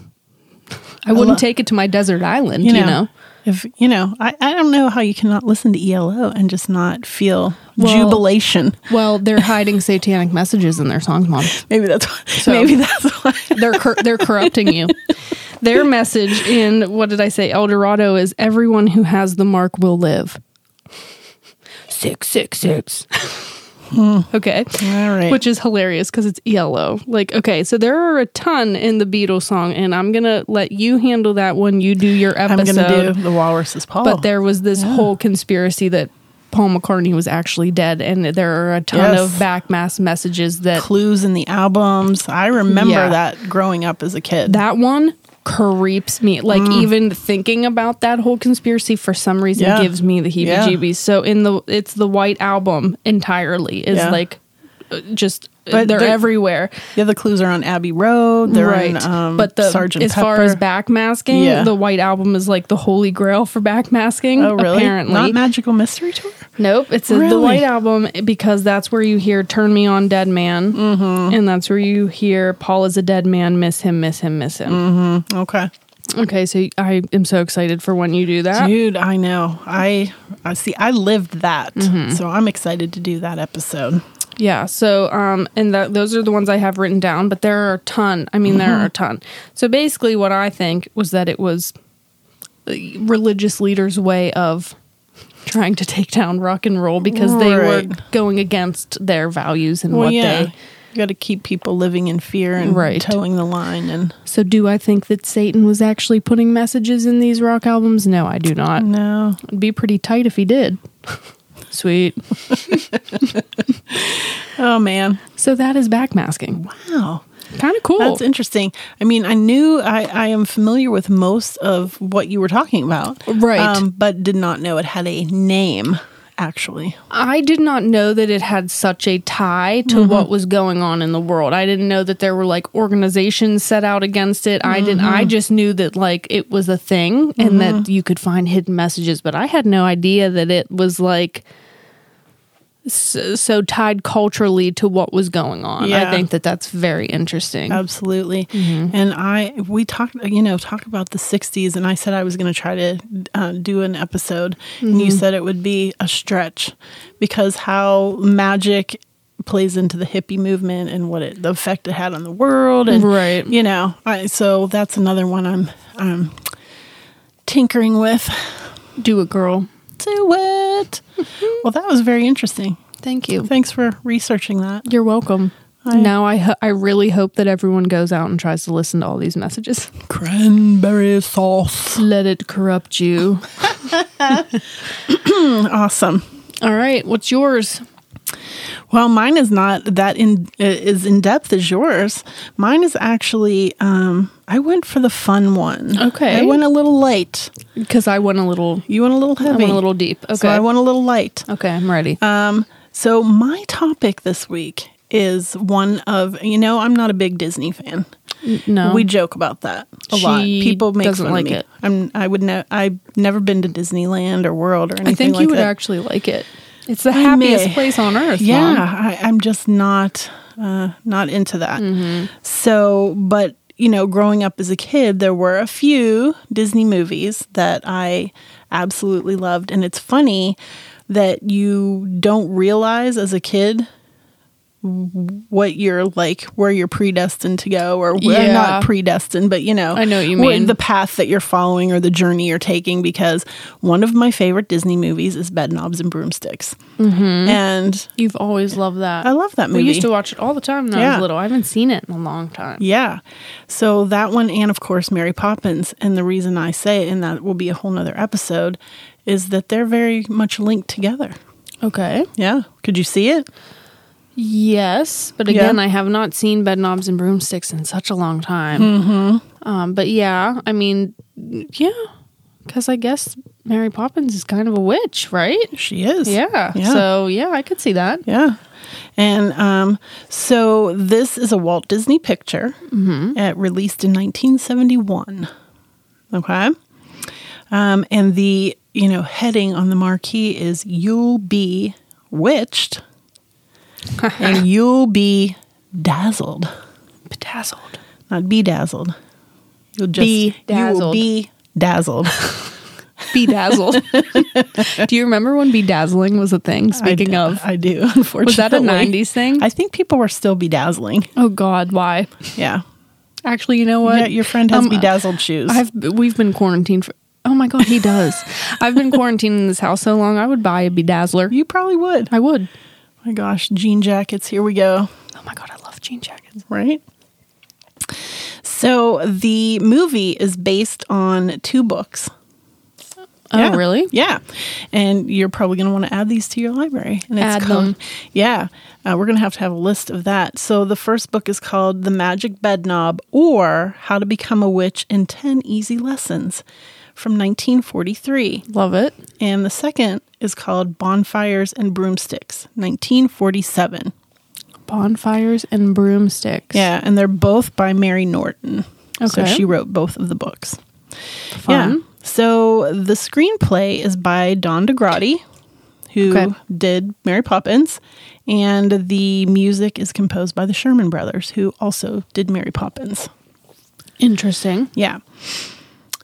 Speaker 1: I wouldn't
Speaker 2: love-
Speaker 1: take it to my desert island,
Speaker 2: You know,
Speaker 1: you know.
Speaker 2: if you know, I, I don't know how you cannot listen to ELO and just not feel
Speaker 1: Well-
Speaker 2: jubilation.
Speaker 1: Well, they're hiding satanic messages in their songs, mom.
Speaker 2: Maybe that's why, maybe that's why.
Speaker 1: they're cor- they're corrupting you. Their message in what did I say? El Dorado is everyone who has the mark will live. Six six six. okay.
Speaker 2: All right.
Speaker 1: Which is hilarious because it's ELO. Like, okay, so there are a ton in the Beatles song, and I'm gonna let you handle that when you do your
Speaker 2: I'm
Speaker 1: episode.
Speaker 2: gonna do Oh. the walrus is Paul.
Speaker 1: But there was this whole conspiracy that Paul McCartney was actually dead, and there are a ton
Speaker 2: Yes.
Speaker 1: of backmass messages that
Speaker 2: clues in the albums. I remember
Speaker 1: Yeah.
Speaker 2: that growing up as a kid.
Speaker 1: that one creeps me like even thinking about that whole conspiracy for some reason
Speaker 2: Mm. Yeah.
Speaker 1: gives me the
Speaker 2: Yeah.
Speaker 1: heebie-jeebies so in the it's the white album entirely is
Speaker 2: Yeah.
Speaker 1: like uh, just
Speaker 2: But
Speaker 1: they're,
Speaker 2: they're-
Speaker 1: everywhere
Speaker 2: the other clues are on Abbey Road. They're
Speaker 1: right
Speaker 2: on um,
Speaker 1: but the
Speaker 2: Sergeant
Speaker 1: as far as
Speaker 2: Pepper.
Speaker 1: backmasking
Speaker 2: Yeah.
Speaker 1: the white album is like the holy grail for backmasking
Speaker 2: Oh, really?
Speaker 1: apparently
Speaker 2: Not Magical Mystery Tour?
Speaker 1: Nope, it's a- the
Speaker 2: Really?
Speaker 1: White Album because that's where you hear "Turn Me On, Dead Man,"
Speaker 2: Mm-hmm.
Speaker 1: and that's where you hear "Paul is a dead man, miss him, miss him, miss him."
Speaker 2: Mm. Okay.
Speaker 1: Okay, so I am so excited for when you do that.
Speaker 2: Dude, I know. I I see I lived that.
Speaker 1: Mm-hmm.
Speaker 2: So I'm excited to do that episode.
Speaker 1: yeah, so um and that those are the ones I have written down, but there are a ton. I mean, there are a
Speaker 2: Mm-hmm.
Speaker 1: ton. So basically what I think was that it was the religious leaders' way of trying to take down rock and roll because they were
Speaker 2: Right.
Speaker 1: going against their values and
Speaker 2: Well,
Speaker 1: what
Speaker 2: yeah.
Speaker 1: they
Speaker 2: you got to keep people living in fear and
Speaker 1: Right.
Speaker 2: towing the line and
Speaker 1: So do I think that Satan was actually putting messages in these rock albums? No, I do not.
Speaker 2: no.
Speaker 1: It'd be pretty tight if he did. Sweet.
Speaker 2: Oh man.
Speaker 1: So that is backmasking.
Speaker 2: Wow.
Speaker 1: Kind of Oh, cool.
Speaker 2: That's interesting. I mean, I knew I, I am familiar with most of what you were talking about. Um,
Speaker 1: Right.
Speaker 2: but did not know it had a name, actually.
Speaker 1: I did not know that it had such a tie to what was going on in the world. I didn't know that there were like organizations set out against it. I didn't I just knew that like it was a thing and that you could find hidden messages, but I had no idea that it was like so, so tied culturally to what was going on. I
Speaker 2: Yeah.
Speaker 1: think that that's very interesting.
Speaker 2: Absolutely. And I, we talked, you know, talk about the 60s, and I said I was going to try to uh, do an episode, and you said it would be a stretch because how magic plays into the hippie movement and what it, the effect it had on the world. And,
Speaker 1: Right.
Speaker 2: you know, I, so that's another one I'm, I'm tinkering with.
Speaker 1: Do it, girl.
Speaker 2: Do it. well, that was very interesting.
Speaker 1: Thank you.
Speaker 2: Thanks for researching that.
Speaker 1: You're welcome. now I ho- I really hope that everyone goes out and tries to listen to all these messages.
Speaker 2: Cranberry sauce.
Speaker 1: Let it corrupt you.
Speaker 2: Awesome.
Speaker 1: All right, what's yours?
Speaker 2: Well, mine is not that in uh, is in depth as yours. Mine is actually um, I went for the fun one.
Speaker 1: Okay.
Speaker 2: I went a little light.
Speaker 1: Because I went a little,
Speaker 2: You went a little
Speaker 1: I
Speaker 2: heavy.
Speaker 1: went a little deep. Okay,
Speaker 2: So I went a little light.
Speaker 1: okay, I'm ready.
Speaker 2: Um, So, my topic this week is one of, you know, I'm not a big Disney fan.
Speaker 1: No.
Speaker 2: We joke about that a
Speaker 1: She
Speaker 2: lot. People make
Speaker 1: doesn't
Speaker 2: fun
Speaker 1: like
Speaker 2: of me.
Speaker 1: it.
Speaker 2: I'm, I would ne- I've never been to Disneyland or World or anything
Speaker 1: I think you
Speaker 2: like
Speaker 1: would
Speaker 2: that.
Speaker 1: actually like it. It's the
Speaker 2: I
Speaker 1: happiest
Speaker 2: may.
Speaker 1: place on earth.
Speaker 2: Yeah,
Speaker 1: Mom.
Speaker 2: I, I'm just not uh, not into that.
Speaker 1: Mm-hmm.
Speaker 2: So, but you know, growing up as a kid, there were a few Disney movies that I absolutely loved, and it's funny that you don't realize as a kid what you're like where you're predestined to go or where
Speaker 1: Yeah.
Speaker 2: not predestined but you know
Speaker 1: I know what you
Speaker 2: what
Speaker 1: mean.
Speaker 2: the path that you're following or the journey you're taking because one of my favorite disney movies is bedknobs and broomsticks
Speaker 1: Mm-hmm.
Speaker 2: and
Speaker 1: You've always loved that.
Speaker 2: I love that
Speaker 1: We
Speaker 2: movie.
Speaker 1: used to watch it all the time when I
Speaker 2: Yeah.
Speaker 1: was little. I haven't seen it in a long time.
Speaker 2: Yeah. So that one, and of course, Mary Poppins. And the reason I say it, and that will be a whole nother episode, is that they're very much linked together.
Speaker 1: Okay.
Speaker 2: Yeah. Could you see it?
Speaker 1: Yes, but
Speaker 2: Yeah.
Speaker 1: again, I have not seen bed knobs and broomsticks in such a long time.
Speaker 2: Mm-hmm.
Speaker 1: Um, but yeah, I mean, yeah, because I guess Mary Poppins is kind of a witch, right?
Speaker 2: She is.
Speaker 1: Yeah.
Speaker 2: Yeah.
Speaker 1: So yeah, I could see that.
Speaker 2: Yeah. And um, so this is a Walt Disney picture
Speaker 1: Mm-hmm.
Speaker 2: uh, released in 1971. Okay. Um, and the, you know, heading on the marquee is You'll Be Witched and You'll Be Dazzled.
Speaker 1: Bedazzled.
Speaker 2: Not bedazzled. You'll just
Speaker 1: Be
Speaker 2: You
Speaker 1: dazzled.
Speaker 2: will be dazzled.
Speaker 1: Bedazzled. Do you remember when bedazzling was a thing? Speaking
Speaker 2: I,
Speaker 1: of,
Speaker 2: I do, unfortunately.
Speaker 1: was that a '90s thing?
Speaker 2: I think people were still bedazzling.
Speaker 1: oh God, why?
Speaker 2: Yeah.
Speaker 1: Actually, you know what?
Speaker 2: Yeah, your friend has
Speaker 1: Um,
Speaker 2: bedazzled shoes.
Speaker 1: I've we've been quarantined for. Oh my god, he does. I've been quarantined in this house so long. I would buy a bedazzler.
Speaker 2: you probably would.
Speaker 1: I would.
Speaker 2: Oh my gosh, jean jackets, here we go,
Speaker 1: Oh my god, I love jean jackets.
Speaker 2: right? So the movie is based on two books.
Speaker 1: Oh
Speaker 2: yeah.
Speaker 1: really?
Speaker 2: Yeah. And you're probably going to want to add these to your library. And it's
Speaker 1: Add
Speaker 2: called-
Speaker 1: them.
Speaker 2: Yeah. Uh, we're going to have to have a list of that. So the first book is called The Magic Bed Knob or How to Become a Witch in 10 Easy Lessons from 1943.
Speaker 1: Love it.
Speaker 2: And the second is called Bonfires and Broomsticks, 1947.
Speaker 1: Bonfires and broomsticks.
Speaker 2: Yeah. And they're both by Mary Norton. So
Speaker 1: Okay.
Speaker 2: she wrote both of the books.
Speaker 1: Fun.
Speaker 2: Yeah. So the screenplay is by Don DeGrady, who
Speaker 1: Okay.
Speaker 2: did Mary Poppins, and the music is composed by the Sherman Brothers, who also did Mary Poppins.
Speaker 1: Interesting.
Speaker 2: Yeah.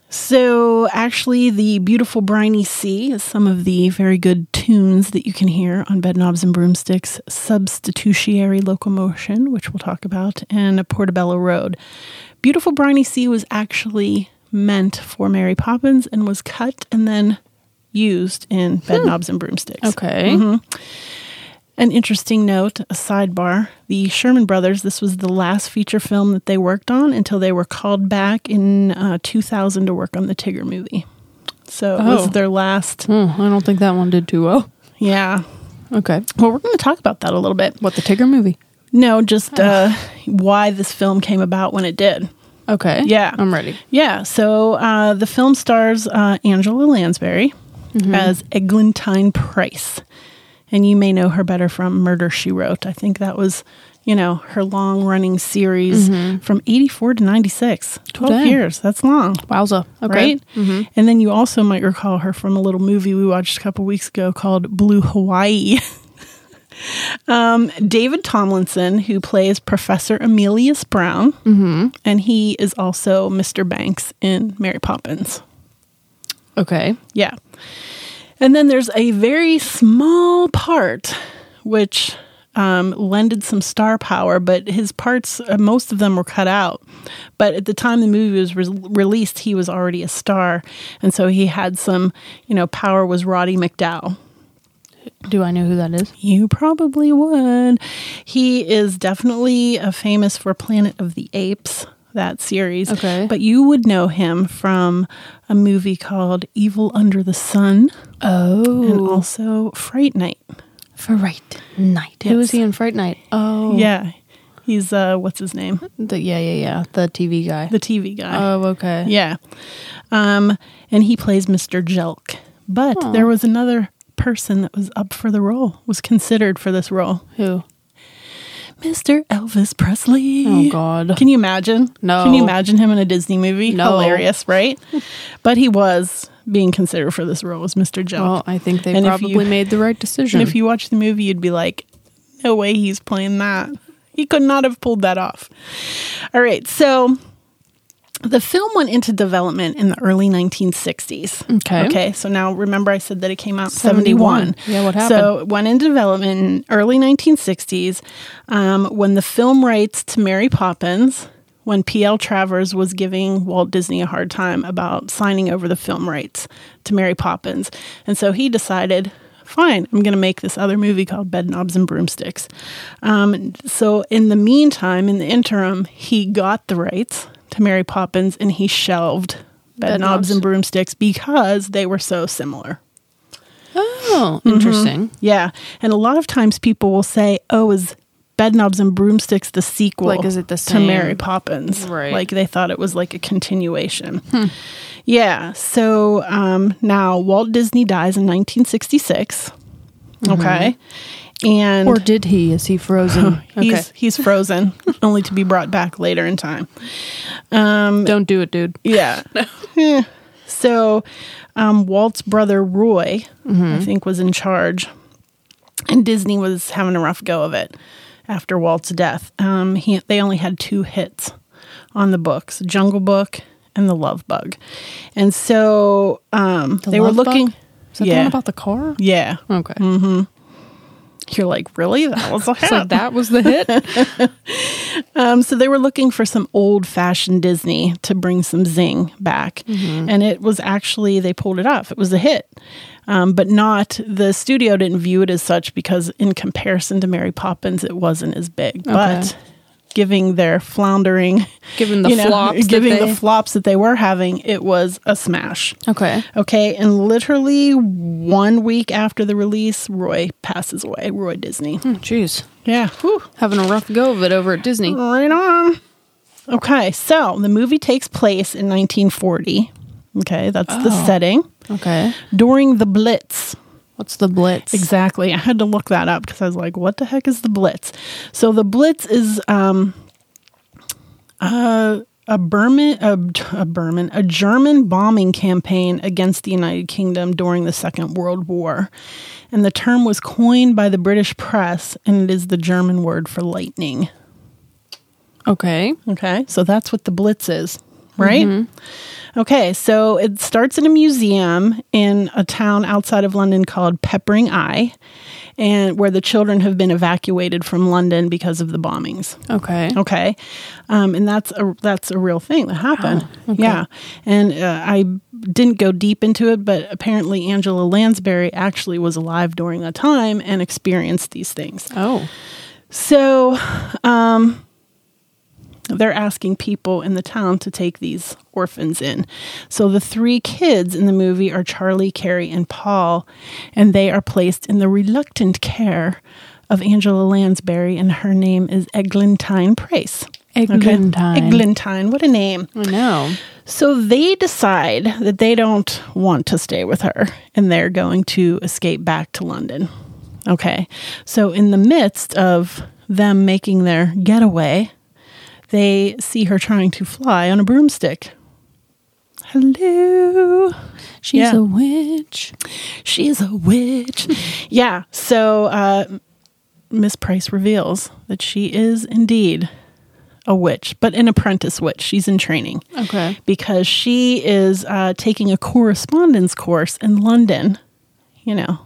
Speaker 2: So actually, the beautiful briny sea is some of the very good tunes that you can hear on Bedknobs and Broomsticks, Substitutiary Locomotion, which we'll talk about, and Portobello Road. Beautiful briny sea was actually meant for Mary Poppins and was cut and then used in Bedknobs and Broomsticks.
Speaker 1: Okay.
Speaker 2: Mm-hmm. An interesting note, a sidebar the Sherman Brothers, this was the last feature film that they worked on until they were called back in uh, 2000 to work on the Tigger movie. So it
Speaker 1: Oh.
Speaker 2: was their last.
Speaker 1: Oh, I don't think that one did too well.
Speaker 2: Yeah.
Speaker 1: Okay.
Speaker 2: Well, we're going to talk about that a little bit.
Speaker 1: What the Tigger movie?
Speaker 2: No,
Speaker 1: Oh.
Speaker 2: just uh, why this film came about when it did.
Speaker 1: Okay.
Speaker 2: Yeah.
Speaker 1: I'm ready.
Speaker 2: Yeah, so uh, the film stars uh, Angela Lansbury as Eglantine Price. And you may know her better from Murder, She Wrote. I think that was, you know, her long running series from 84 to 96. 12
Speaker 1: Dang.
Speaker 2: years. That's long,
Speaker 1: Wowza. Okay.
Speaker 2: right? And then you also might recall her from a little movie we watched a couple weeks ago called Blue Hawaii. Um, David Tomlinson, who plays Professor Emilius Brown, and he is also Mr. Banks in Mary Poppins.
Speaker 1: Okay.
Speaker 2: Yeah. And then there's a very small part which um, lended some star power, but his parts, uh, most of them were cut out. But at the time the movie was re- released, he was already a star. And so he had some, you know, power was Roddy McDowell.
Speaker 1: Do I know who that is?
Speaker 2: You probably would. He is definitely uh, famous for Planet of the Apes, that series.
Speaker 1: Okay.
Speaker 2: But you would know him from a movie called Evil Under the Sun and
Speaker 1: Oh.
Speaker 2: also Fright Night.
Speaker 1: Fright Night. Who was he in Fright Night? Oh.
Speaker 2: Yeah. He's, uh, what's his name?
Speaker 1: The, yeah, yeah, yeah. The TV guy.
Speaker 2: The TV guy.
Speaker 1: Uh-huh. oh, okay.
Speaker 2: yeah. Um, and he plays Mr. Jelk. But there was another person that was up for the role was considered for this role?
Speaker 1: Who?
Speaker 2: Mr. Elvis Presley.
Speaker 1: Oh, God.
Speaker 2: Can you imagine?
Speaker 1: No.
Speaker 2: Can you imagine him in a Disney movie?
Speaker 1: No.
Speaker 2: Hilarious, right? but he was being considered for this role was Mr. Jones.
Speaker 1: Well, I think they
Speaker 2: And if
Speaker 1: probably
Speaker 2: you-
Speaker 1: made the right decision.
Speaker 2: and if you watch the movie, you'd be like, no way he's playing that. He could not have pulled that off. All right. So the film went into development in the early 1960s.
Speaker 1: Mm, Okay.
Speaker 2: Okay. So now remember, I said that it came out
Speaker 1: 71.
Speaker 2: 71.
Speaker 1: Yeah, what
Speaker 2: So it went into development in early 1960s um, when the film rights to Mary Poppins, when P.L. Travers was giving Walt Disney a hard time about signing over the film rights to Mary Poppins. And so he decided, fine, I'm going to make this other movie called Bed Knobs and Broomsticks. Um, so in the meantime, in the interim, he got the rights to Mary Poppins and he shelved Bed,
Speaker 1: Bed
Speaker 2: Knobs
Speaker 1: Knobs.
Speaker 2: and Broomsticks because they were so similar.
Speaker 1: oh,
Speaker 2: Mm-hmm.
Speaker 1: interesting.
Speaker 2: Yeah. And a lot of times people will say, oh, is Bedknobs and Broomsticks the sequel?
Speaker 1: Like, is it the
Speaker 2: To
Speaker 1: same?
Speaker 2: Mary Poppins.
Speaker 1: Right. Hmm.
Speaker 2: Like, they thought it was like a continuation. Yeah. So um, now Walt Disney dies in 1966.
Speaker 1: Mm-hmm.
Speaker 2: Okay. And
Speaker 1: Or did he? Is he
Speaker 2: Oh,
Speaker 1: frozen? okay.
Speaker 2: he's, he's frozen, only to be brought back later in time. Um,
Speaker 1: Don't do it, dude.
Speaker 2: yeah. Eh. So, um, Walt's brother Roy,
Speaker 1: Mm-hmm.
Speaker 2: I think, was in charge, and Disney was having a rough go of it after Walt's death. Um, he, they only had two hits on the books Jungle Book and The Love Bug. And so um,
Speaker 1: The
Speaker 2: they were
Speaker 1: Love
Speaker 2: looking.
Speaker 1: Bug? Is that the
Speaker 2: Yeah.
Speaker 1: one about the car?
Speaker 2: Yeah.
Speaker 1: Okay.
Speaker 2: You're like, really? That was a hit.
Speaker 1: So that was the hit.
Speaker 2: Um, so they were looking for some old fashioned Disney to bring some zing back.
Speaker 1: Mm-hmm.
Speaker 2: And it was actually, they pulled it off. It was a hit. Um, but not, the studio didn't view it as such because, in comparison to Mary Poppins, it wasn't as big. But giving their floundering,
Speaker 1: Given the flops that
Speaker 2: giving
Speaker 1: they-
Speaker 2: the flops that they were having, it was a smash.
Speaker 1: okay.
Speaker 2: Okay, and literally one week after the release, Roy passes away, Roy Disney.
Speaker 1: Hmm. Jeez.
Speaker 2: Yeah. Whew.
Speaker 1: Having a rough go of it over at Disney.
Speaker 2: Right on. Okay, so the movie takes place in 1940. Okay, that's the setting.
Speaker 1: Okay.
Speaker 2: During the Blitz.
Speaker 1: What's the blitz?
Speaker 2: Exactly. I had to look that up because I was like, what the heck is the Blitz? So the Blitz is um uh a Burman, a, a Burman, a German bombing campaign against the United Kingdom during the Second World War, and the term was coined by the British press, and it is the German word for lightning.
Speaker 1: Okay.
Speaker 2: Okay. So that's what the Blitz is, right? Okay. So it starts in a museum in a town outside of London called Peppering Eye, and where the children have been evacuated from London because of the bombings.
Speaker 1: Okay.
Speaker 2: Okay, um, and that's a that's a real thing that happened. Yeah, and uh, I didn't go deep into it, but apparently Angela Lansbury actually was alive during that time and experienced these things.
Speaker 1: Oh.
Speaker 2: So, um, they're asking people in the town to take these orphans in. So, the three kids in the movie are Charlie, Carrie, and Paul, and they are placed in the reluctant care of Angela Lansbury, and her name is Eglantine Price. Okay?
Speaker 1: Eglantine.
Speaker 2: Eglantine, what a name.
Speaker 1: I know.
Speaker 2: So they decide that they don't want to stay with her and they're going to escape back to London. Okay. So in the midst of them making their getaway, they see her trying to fly on a broomstick. Hello.
Speaker 1: She's
Speaker 2: Yeah.
Speaker 1: a witch.
Speaker 2: She's a witch. yeah. So uh, Miss Price reveals that she is indeed a witch, but an apprentice witch. She's in training
Speaker 1: Okay.
Speaker 2: because she is uh, taking a correspondence course in London, you know,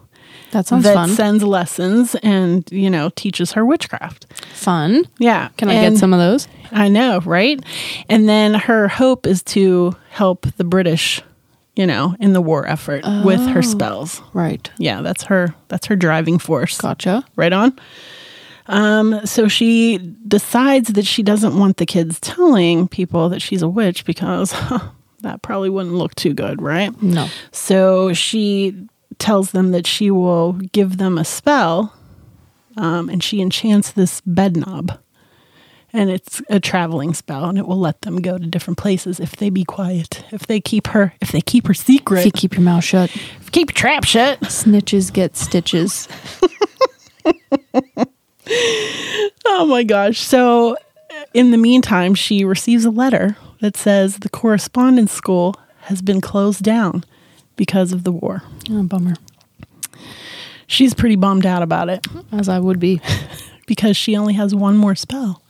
Speaker 1: That sounds
Speaker 2: that
Speaker 1: fun.
Speaker 2: sends lessons and, you know, teaches her witchcraft.
Speaker 1: fun.
Speaker 2: Yeah.
Speaker 1: Can I
Speaker 2: And-
Speaker 1: get some of those?
Speaker 2: I know, right? And then her hope is to help the British, you know, in the war effort with
Speaker 1: Oh.
Speaker 2: her spells.
Speaker 1: Right.
Speaker 2: Yeah, that's her that's her driving force
Speaker 1: Gotcha.
Speaker 2: right on. Um, so she decides that she doesn't want the kids telling people that she's a witch because that probably wouldn't look too good, right?
Speaker 1: No.
Speaker 2: So she tells them that she will give them a spell, um, and she enchants this bed knob. And it's a traveling spell, and it will let them go to different places if they be quiet, if they keep her, if they keep her secret
Speaker 1: If you keep your mouth shut.
Speaker 2: Keep your trap shut.
Speaker 1: Snitches get stitches.
Speaker 2: Oh my gosh. So, uh, in the meantime, she receives a letter that says the correspondence school has been closed down because of the war.
Speaker 1: Oh, bummer.
Speaker 2: She's pretty bummed out about it
Speaker 1: As I would be
Speaker 2: because she only has one more spell.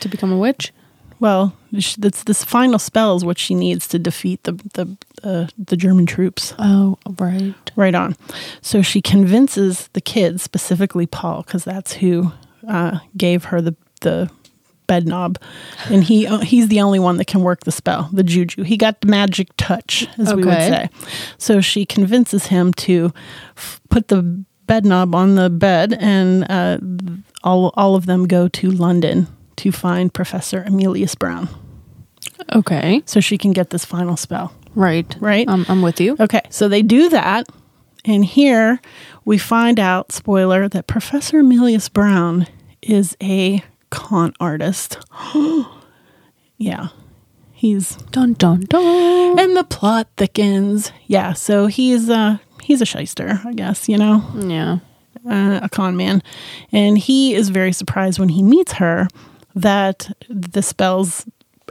Speaker 1: to become a witch.
Speaker 2: Well, sh- that's this final spell is what she needs to defeat the the uh, the German troops.
Speaker 1: Oh, right.
Speaker 2: Right on. So she convinces the kids, specifically Paul, because that's who uh, gave her the the bed knob, and he uh, he's the only one that can work the spell, the juju. He got the magic touch, as we would
Speaker 1: Okay.
Speaker 2: say. So she convinces him to f- put the bed knob on the bed, and uh, all all of them go to London to find Professor Emilius Brown,
Speaker 1: Okay.
Speaker 2: so she can get this final spell.
Speaker 1: Right.
Speaker 2: Right?
Speaker 1: Um, I'm with you.
Speaker 2: Okay, so they do that. And here we find out, spoiler, that Professor Emilius Brown is a con artist. yeah, he's.
Speaker 1: Dun dun dun.
Speaker 2: And the plot thickens. Yeah, so he's uh, he's a shyster, I guess, you know?
Speaker 1: Yeah.
Speaker 2: uh, a con man, and he is very surprised when he meets her that the spells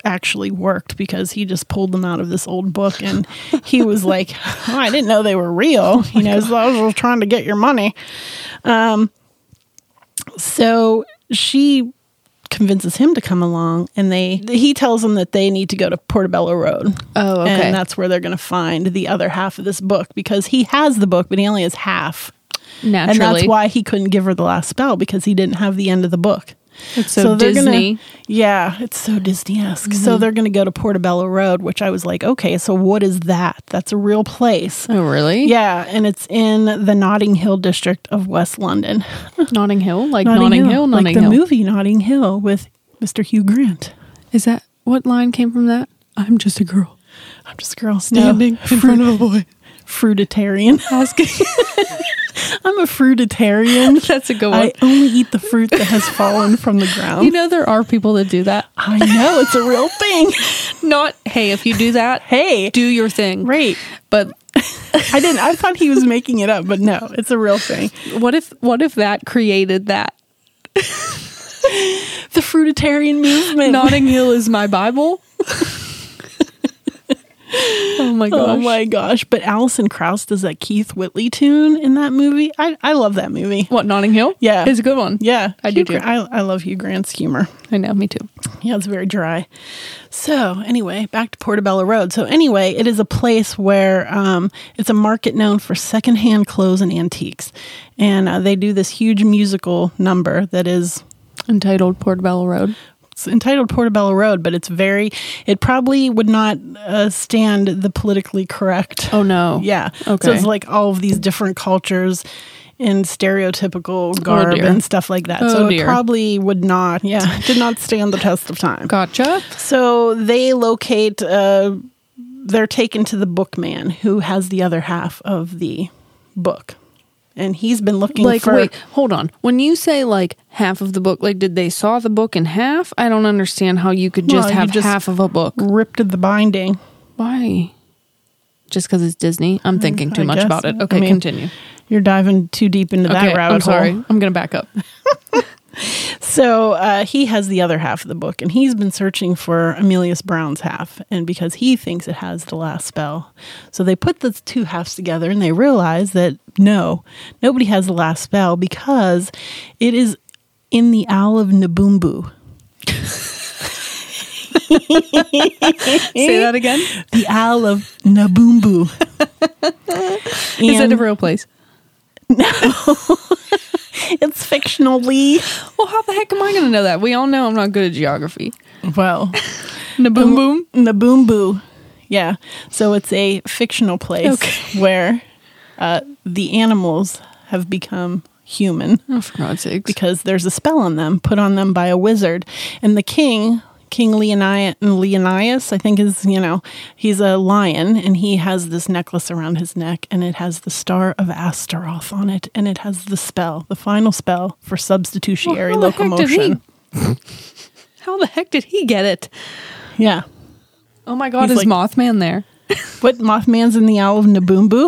Speaker 2: actually worked because he just pulled them out of this old book and he was like, oh, I didn't know they were
Speaker 1: Oh
Speaker 2: real. You know, so I was just trying to get your money. Um, so she convinces him to come along and they he tells them that they need to go to Portobello Road.
Speaker 1: Oh, okay.
Speaker 2: And that's where they're going to find the other half of this book because he has the book but he only has half.
Speaker 1: Naturally.
Speaker 2: And that's why he couldn't give her the last spell because he didn't have the end of the book.
Speaker 1: It's so,
Speaker 2: they're
Speaker 1: Disney. Mm-hmm.
Speaker 2: Gonna, yeah, it's so Disney esque. So they're going to go to Portobello Road, which I was like, okay, so what is that? That's a real place.
Speaker 1: Oh, really?
Speaker 2: Yeah, and it's in the Notting Hill district of West London.
Speaker 1: Notting Hill, like Notting, Hill, Notting
Speaker 2: like
Speaker 1: Hill.
Speaker 2: the movie Notting Hill with Mr. Hugh Grant.
Speaker 1: Is that what line came from that? I'm just a girl
Speaker 2: I'm just a girl
Speaker 1: standing in front of a boy.
Speaker 2: fruititarian.
Speaker 1: Asking.
Speaker 2: I'm a fruititarian.
Speaker 1: That's a good one.
Speaker 2: I only eat the fruit that has fallen from the ground.
Speaker 1: you know there are people that do that.
Speaker 2: I know it's a real thing.
Speaker 1: Not hey, if you do that,
Speaker 2: Hey,
Speaker 1: do your thing.
Speaker 2: Right.
Speaker 1: But
Speaker 2: I didn't. I thought he was making it up, but no, it's a real thing.
Speaker 1: what if what if that created that?
Speaker 2: The fruitarian movement.
Speaker 1: Notting Hill is my Bible. oh my gosh.
Speaker 2: Oh my gosh! But Allison Krauss does that Keith Whitley tune in that movie. I, I love that movie.
Speaker 1: What Notting Hill?
Speaker 2: Yeah.
Speaker 1: it's a good one.
Speaker 2: Yeah,
Speaker 1: I
Speaker 2: Hugh
Speaker 1: do too.
Speaker 2: Gra- I, I love Hugh Grant's humor.
Speaker 1: I know. Me too.
Speaker 2: Yeah, it's very dry. So anyway, back to Portobello Road. So anyway, it is a place where um, it's a market known for secondhand clothes and antiques, and uh, they do this huge musical number that is
Speaker 1: Entitled Portobello Road.
Speaker 2: it's entitled Portobello Road, but it's very, it probably would not uh, stand the politically correct.
Speaker 1: Oh no.
Speaker 2: Yeah.
Speaker 1: Okay.
Speaker 2: So it's like all of these different cultures in stereotypical garb
Speaker 1: Oh, dear.
Speaker 2: and stuff like that.
Speaker 1: Oh,
Speaker 2: so
Speaker 1: dear.
Speaker 2: it probably would not, yeah, did not stand the test of time.
Speaker 1: Gotcha.
Speaker 2: So they locate, uh, they're taken to the bookman who has the other half of the book. And he's been looking
Speaker 1: like
Speaker 2: for.
Speaker 1: wait hold on when you say like half of the book like did they saw the book in half i don't understand how you could just
Speaker 2: Well, you
Speaker 1: have
Speaker 2: just-
Speaker 1: half of a book
Speaker 2: Ripped at the binding.
Speaker 1: why just because it's disney i'm thinking too
Speaker 2: I
Speaker 1: much
Speaker 2: guess.
Speaker 1: about it
Speaker 2: I
Speaker 1: okay
Speaker 2: mean,
Speaker 1: continue
Speaker 2: You're diving too deep into
Speaker 1: okay
Speaker 2: that rabbit
Speaker 1: i'm sorry
Speaker 2: hole.
Speaker 1: i'm gonna back up
Speaker 2: So uh, he has the other half of the book, and he's been searching for Emilius Brown's half, and because he thinks it has the last spell. So they put the two halves together, and they realize that no, nobody has the last spell because it is in the Owl of Nabumbu.
Speaker 1: say that again
Speaker 2: The Owl of Nabumbu.
Speaker 1: is it
Speaker 2: And
Speaker 1: a real place
Speaker 2: it's fictionally.
Speaker 1: well how the heck am i gonna know that we all know i'm not good at geography
Speaker 2: Well,
Speaker 1: boom boom
Speaker 2: Naboombu. Yeah. So it's a fictional place
Speaker 1: Okay.
Speaker 2: where uh, the animals have become human
Speaker 1: oh for god's sakes
Speaker 2: because there's a spell on them put on them by a wizard. And the king, King Leonias, Leonias, I think is, you know, he's a lion and he has this necklace around his neck and it has the star of Astaroth on it and it has the spell, the final spell for substitutionary
Speaker 1: Well, how the heck did he-
Speaker 2: locomotion.
Speaker 1: how the heck did he get it
Speaker 2: Yeah.
Speaker 1: oh my god
Speaker 2: He's
Speaker 1: is mothman there
Speaker 2: What Mothman's in the Owl of Naboombu?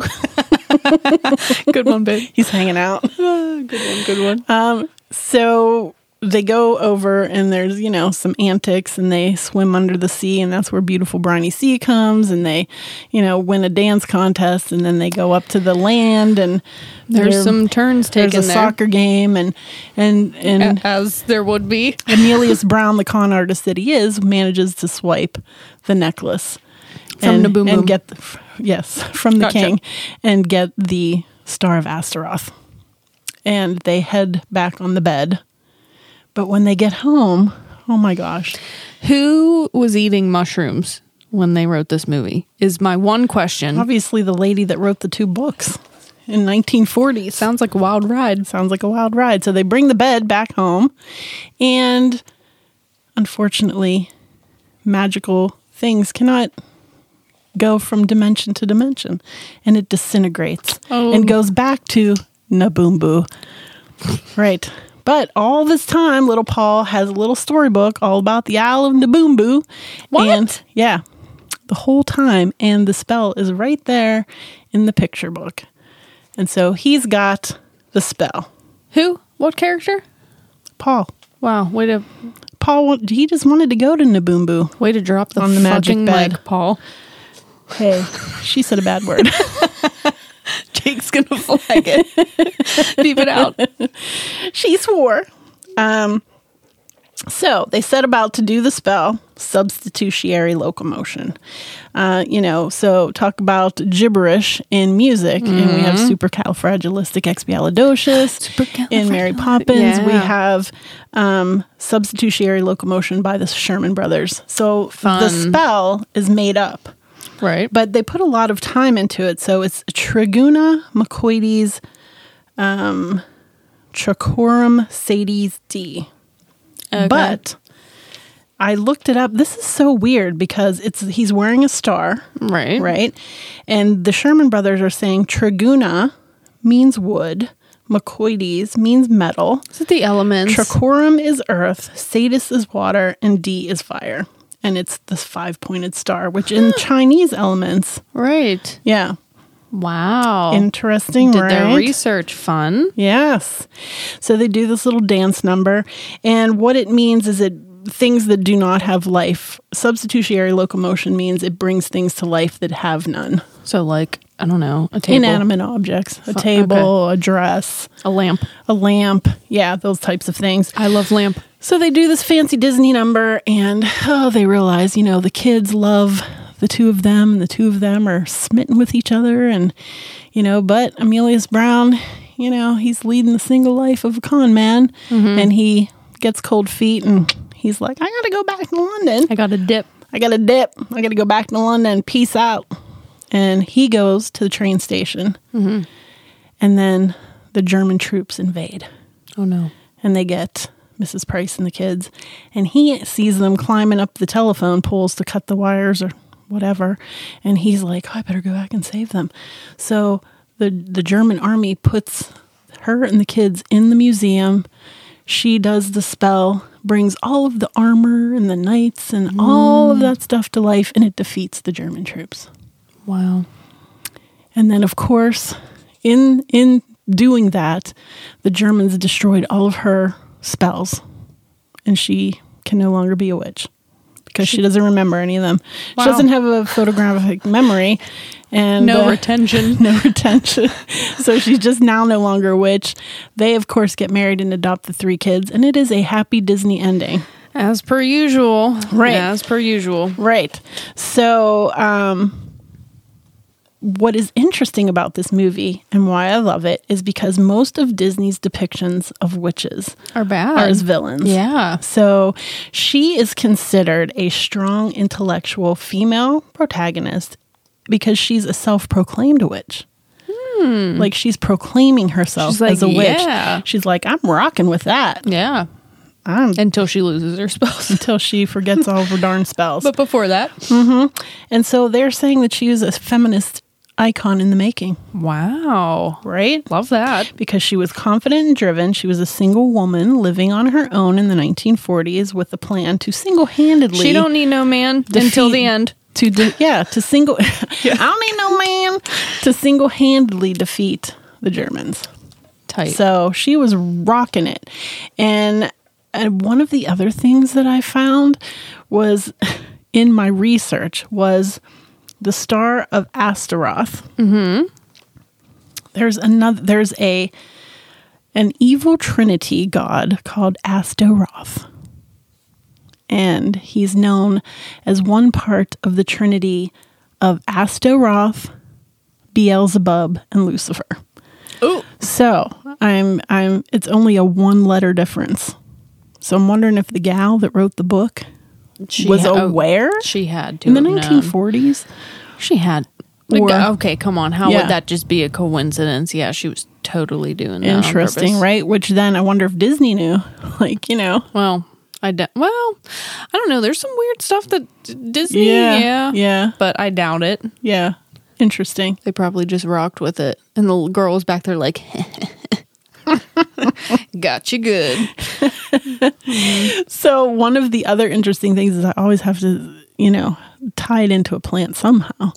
Speaker 1: good one, babe.
Speaker 2: He's hanging out.
Speaker 1: Ah, good one, good one.
Speaker 2: Um, so they go over and there's, you know, some antics and they swim under the sea and that's where beautiful briny sea comes and they, you know, win a dance contest and then they go up to the land and
Speaker 1: There's
Speaker 2: they're-
Speaker 1: some turns taken
Speaker 2: there's a
Speaker 1: there,
Speaker 2: soccer game and and and
Speaker 1: a- as there would be.
Speaker 2: Amelius Brown, the con artist that he is, manages to swipe the necklace
Speaker 1: From
Speaker 2: and,
Speaker 1: the Boom
Speaker 2: and
Speaker 1: Boom.
Speaker 2: get the, yes from the
Speaker 1: Gotcha.
Speaker 2: king and get the star of Astaroth, and they head back on the bed. But when they get home, oh my gosh,
Speaker 1: Who was eating mushrooms when they wrote this movie? Is my one question.
Speaker 2: obviously the lady that wrote the two books in 1940s
Speaker 1: Sounds like a wild ride.
Speaker 2: Sounds like a wild ride. So they bring the bed back home, and unfortunately, magical things cannot go from dimension to dimension, and it disintegrates
Speaker 1: Oh.
Speaker 2: and goes back to Naboombo. right. But all this time, little Paul has a little storybook all about the Isle of Naboombo.
Speaker 1: What?
Speaker 2: And yeah, the whole time. And the spell is right there in the picture book. And so he's got the spell.
Speaker 1: Who? What character?
Speaker 2: Paul.
Speaker 1: Wow, way to
Speaker 2: Paul, wa- he just wanted to go to Naboombo.
Speaker 1: way to drop the,
Speaker 2: On the magic
Speaker 1: fucking
Speaker 2: bed.
Speaker 1: mic, Paul.
Speaker 2: Hey, she said a bad word.
Speaker 1: Jake's gonna flag it. Beep it out.
Speaker 2: she swore. Um, so they set about to do the spell, substitutiary locomotion. Uh, you know, so talk about gibberish in music, and we have supercalifragilisticexpialidocious in Mary Poppins. We
Speaker 1: Yeah.
Speaker 2: have um, substitutiary locomotion by the Sherman Brothers. So the
Speaker 1: Fun.
Speaker 2: spell is made up.
Speaker 1: Right. But
Speaker 2: but they put a lot of time into it. So it's Triguna McCoides, um, Trichorum Sades D.
Speaker 1: Okay.
Speaker 2: But I looked it up. This is so weird because it's he's wearing a star,
Speaker 1: right.
Speaker 2: right? And the Sherman brothers are saying Triguna means wood, McCoides means metal,
Speaker 1: Is it the elements?
Speaker 2: Trichorum is earth, Sadis is water, and D is fire. And it's this five pointed star, which in Chinese elements,
Speaker 1: right.
Speaker 2: yeah,
Speaker 1: Wow.
Speaker 2: Interesting,
Speaker 1: Did
Speaker 2: right?
Speaker 1: their research fun.
Speaker 2: Yes. So they do this little dance number, and what it means is it things that do not have life. Substitutiary locomotion means it brings things to life that have none.
Speaker 1: So like, I don't know, a table,
Speaker 2: Inanimate objects, a table, a dress,
Speaker 1: a lamp.
Speaker 2: a lamp, yeah, those types of things.
Speaker 1: I love lamp.
Speaker 2: So they do this fancy Disney number, and oh, they realize, you know, the kids love the two of them, and the two of them are smitten with each other, and you know, but Amelius Brown, you know, he's leading the single life of a con man, and he gets cold feet, and he's like, I gotta go back to London.
Speaker 1: I got a dip.
Speaker 2: I gotta dip. I gotta go back to London. Peace out. And he goes to the train station, and then the German troops invade
Speaker 1: Oh no.
Speaker 2: and they get Mrs. Price and the kids. And he sees them climbing up the telephone poles to cut the wires or whatever. And he's like, oh, I better go back and save them. So the, the German army puts her and the kids in the museum. She does the spell, brings all of the armor and the knights and all of that stuff to life, and it defeats the German troops.
Speaker 1: Wow.
Speaker 2: And then, of course, in in doing that, the Germans destroyed all of her spells, and she can no longer be a witch because she, doesn't remember any of them.
Speaker 1: Wow.
Speaker 2: She doesn't have a photographic memory, and
Speaker 1: No
Speaker 2: uh,
Speaker 1: retention.
Speaker 2: no retention. so she's just now no longer a witch. They, of course, get married and adopt the three kids, and it is a happy Disney ending.
Speaker 1: As per usual.
Speaker 2: Right.
Speaker 1: As per usual.
Speaker 2: Right. So, um, what is interesting about this movie and why I love it is because most of Disney's depictions of witches
Speaker 1: Are bad.
Speaker 2: are as villains.
Speaker 1: Yeah.
Speaker 2: So, she is considered a strong intellectual female protagonist because she's a self proclaimed witch. Like she's proclaiming herself
Speaker 1: Hmm. She's like,
Speaker 2: as a witch.
Speaker 1: "Yeah."
Speaker 2: She's like, I'm rocking with that
Speaker 1: Yeah.
Speaker 2: I'm-
Speaker 1: Until she loses her spouse.
Speaker 2: until she forgets all of her darn spells.
Speaker 1: but before that.
Speaker 2: And so they're saying that she is a feminist icon in the making,
Speaker 1: Wow.
Speaker 2: right?
Speaker 1: Love that.
Speaker 2: Because she was confident and driven. She was a single woman living on her own in the 1940s with a plan to single handedly
Speaker 1: She don't need no man until the end.
Speaker 2: to de- yeah to single I don't need no man to single handedly defeat the Germans.
Speaker 1: Tight.
Speaker 2: So she was rocking it, and uh, one of the other things that I found was in my research was the Star of Astaroth. Mm-hmm. There's another. There's a an evil trinity god called Astaroth. And he's known as one part of the trinity of Astaroth, Beelzebub, and Lucifer.
Speaker 1: Ooh.
Speaker 2: So I'm I'm it's only a one letter difference. So I'm wondering if the gal that wrote the book
Speaker 1: She
Speaker 2: was
Speaker 1: ha- oh,
Speaker 2: aware
Speaker 1: She had to
Speaker 2: in the
Speaker 1: have known.
Speaker 2: 1940s.
Speaker 1: She had.
Speaker 2: Or-
Speaker 1: okay, come on. How
Speaker 2: Yeah.
Speaker 1: would that just be a coincidence? Yeah, she was totally doing that. on
Speaker 2: Interesting,
Speaker 1: purpose.
Speaker 2: right? Which then I wonder if Disney knew. Like, you know.
Speaker 1: Well, I d- well, I don't know. There's some weird stuff that D- Disney, yeah,
Speaker 2: Yeah. Yeah.
Speaker 1: but I doubt it.
Speaker 2: Yeah. Interesting.
Speaker 1: They probably just rocked with it, and the l- girl was back there like, "Got you good."
Speaker 2: So one of the other interesting things is I always have to, you know, tie it into a plant somehow.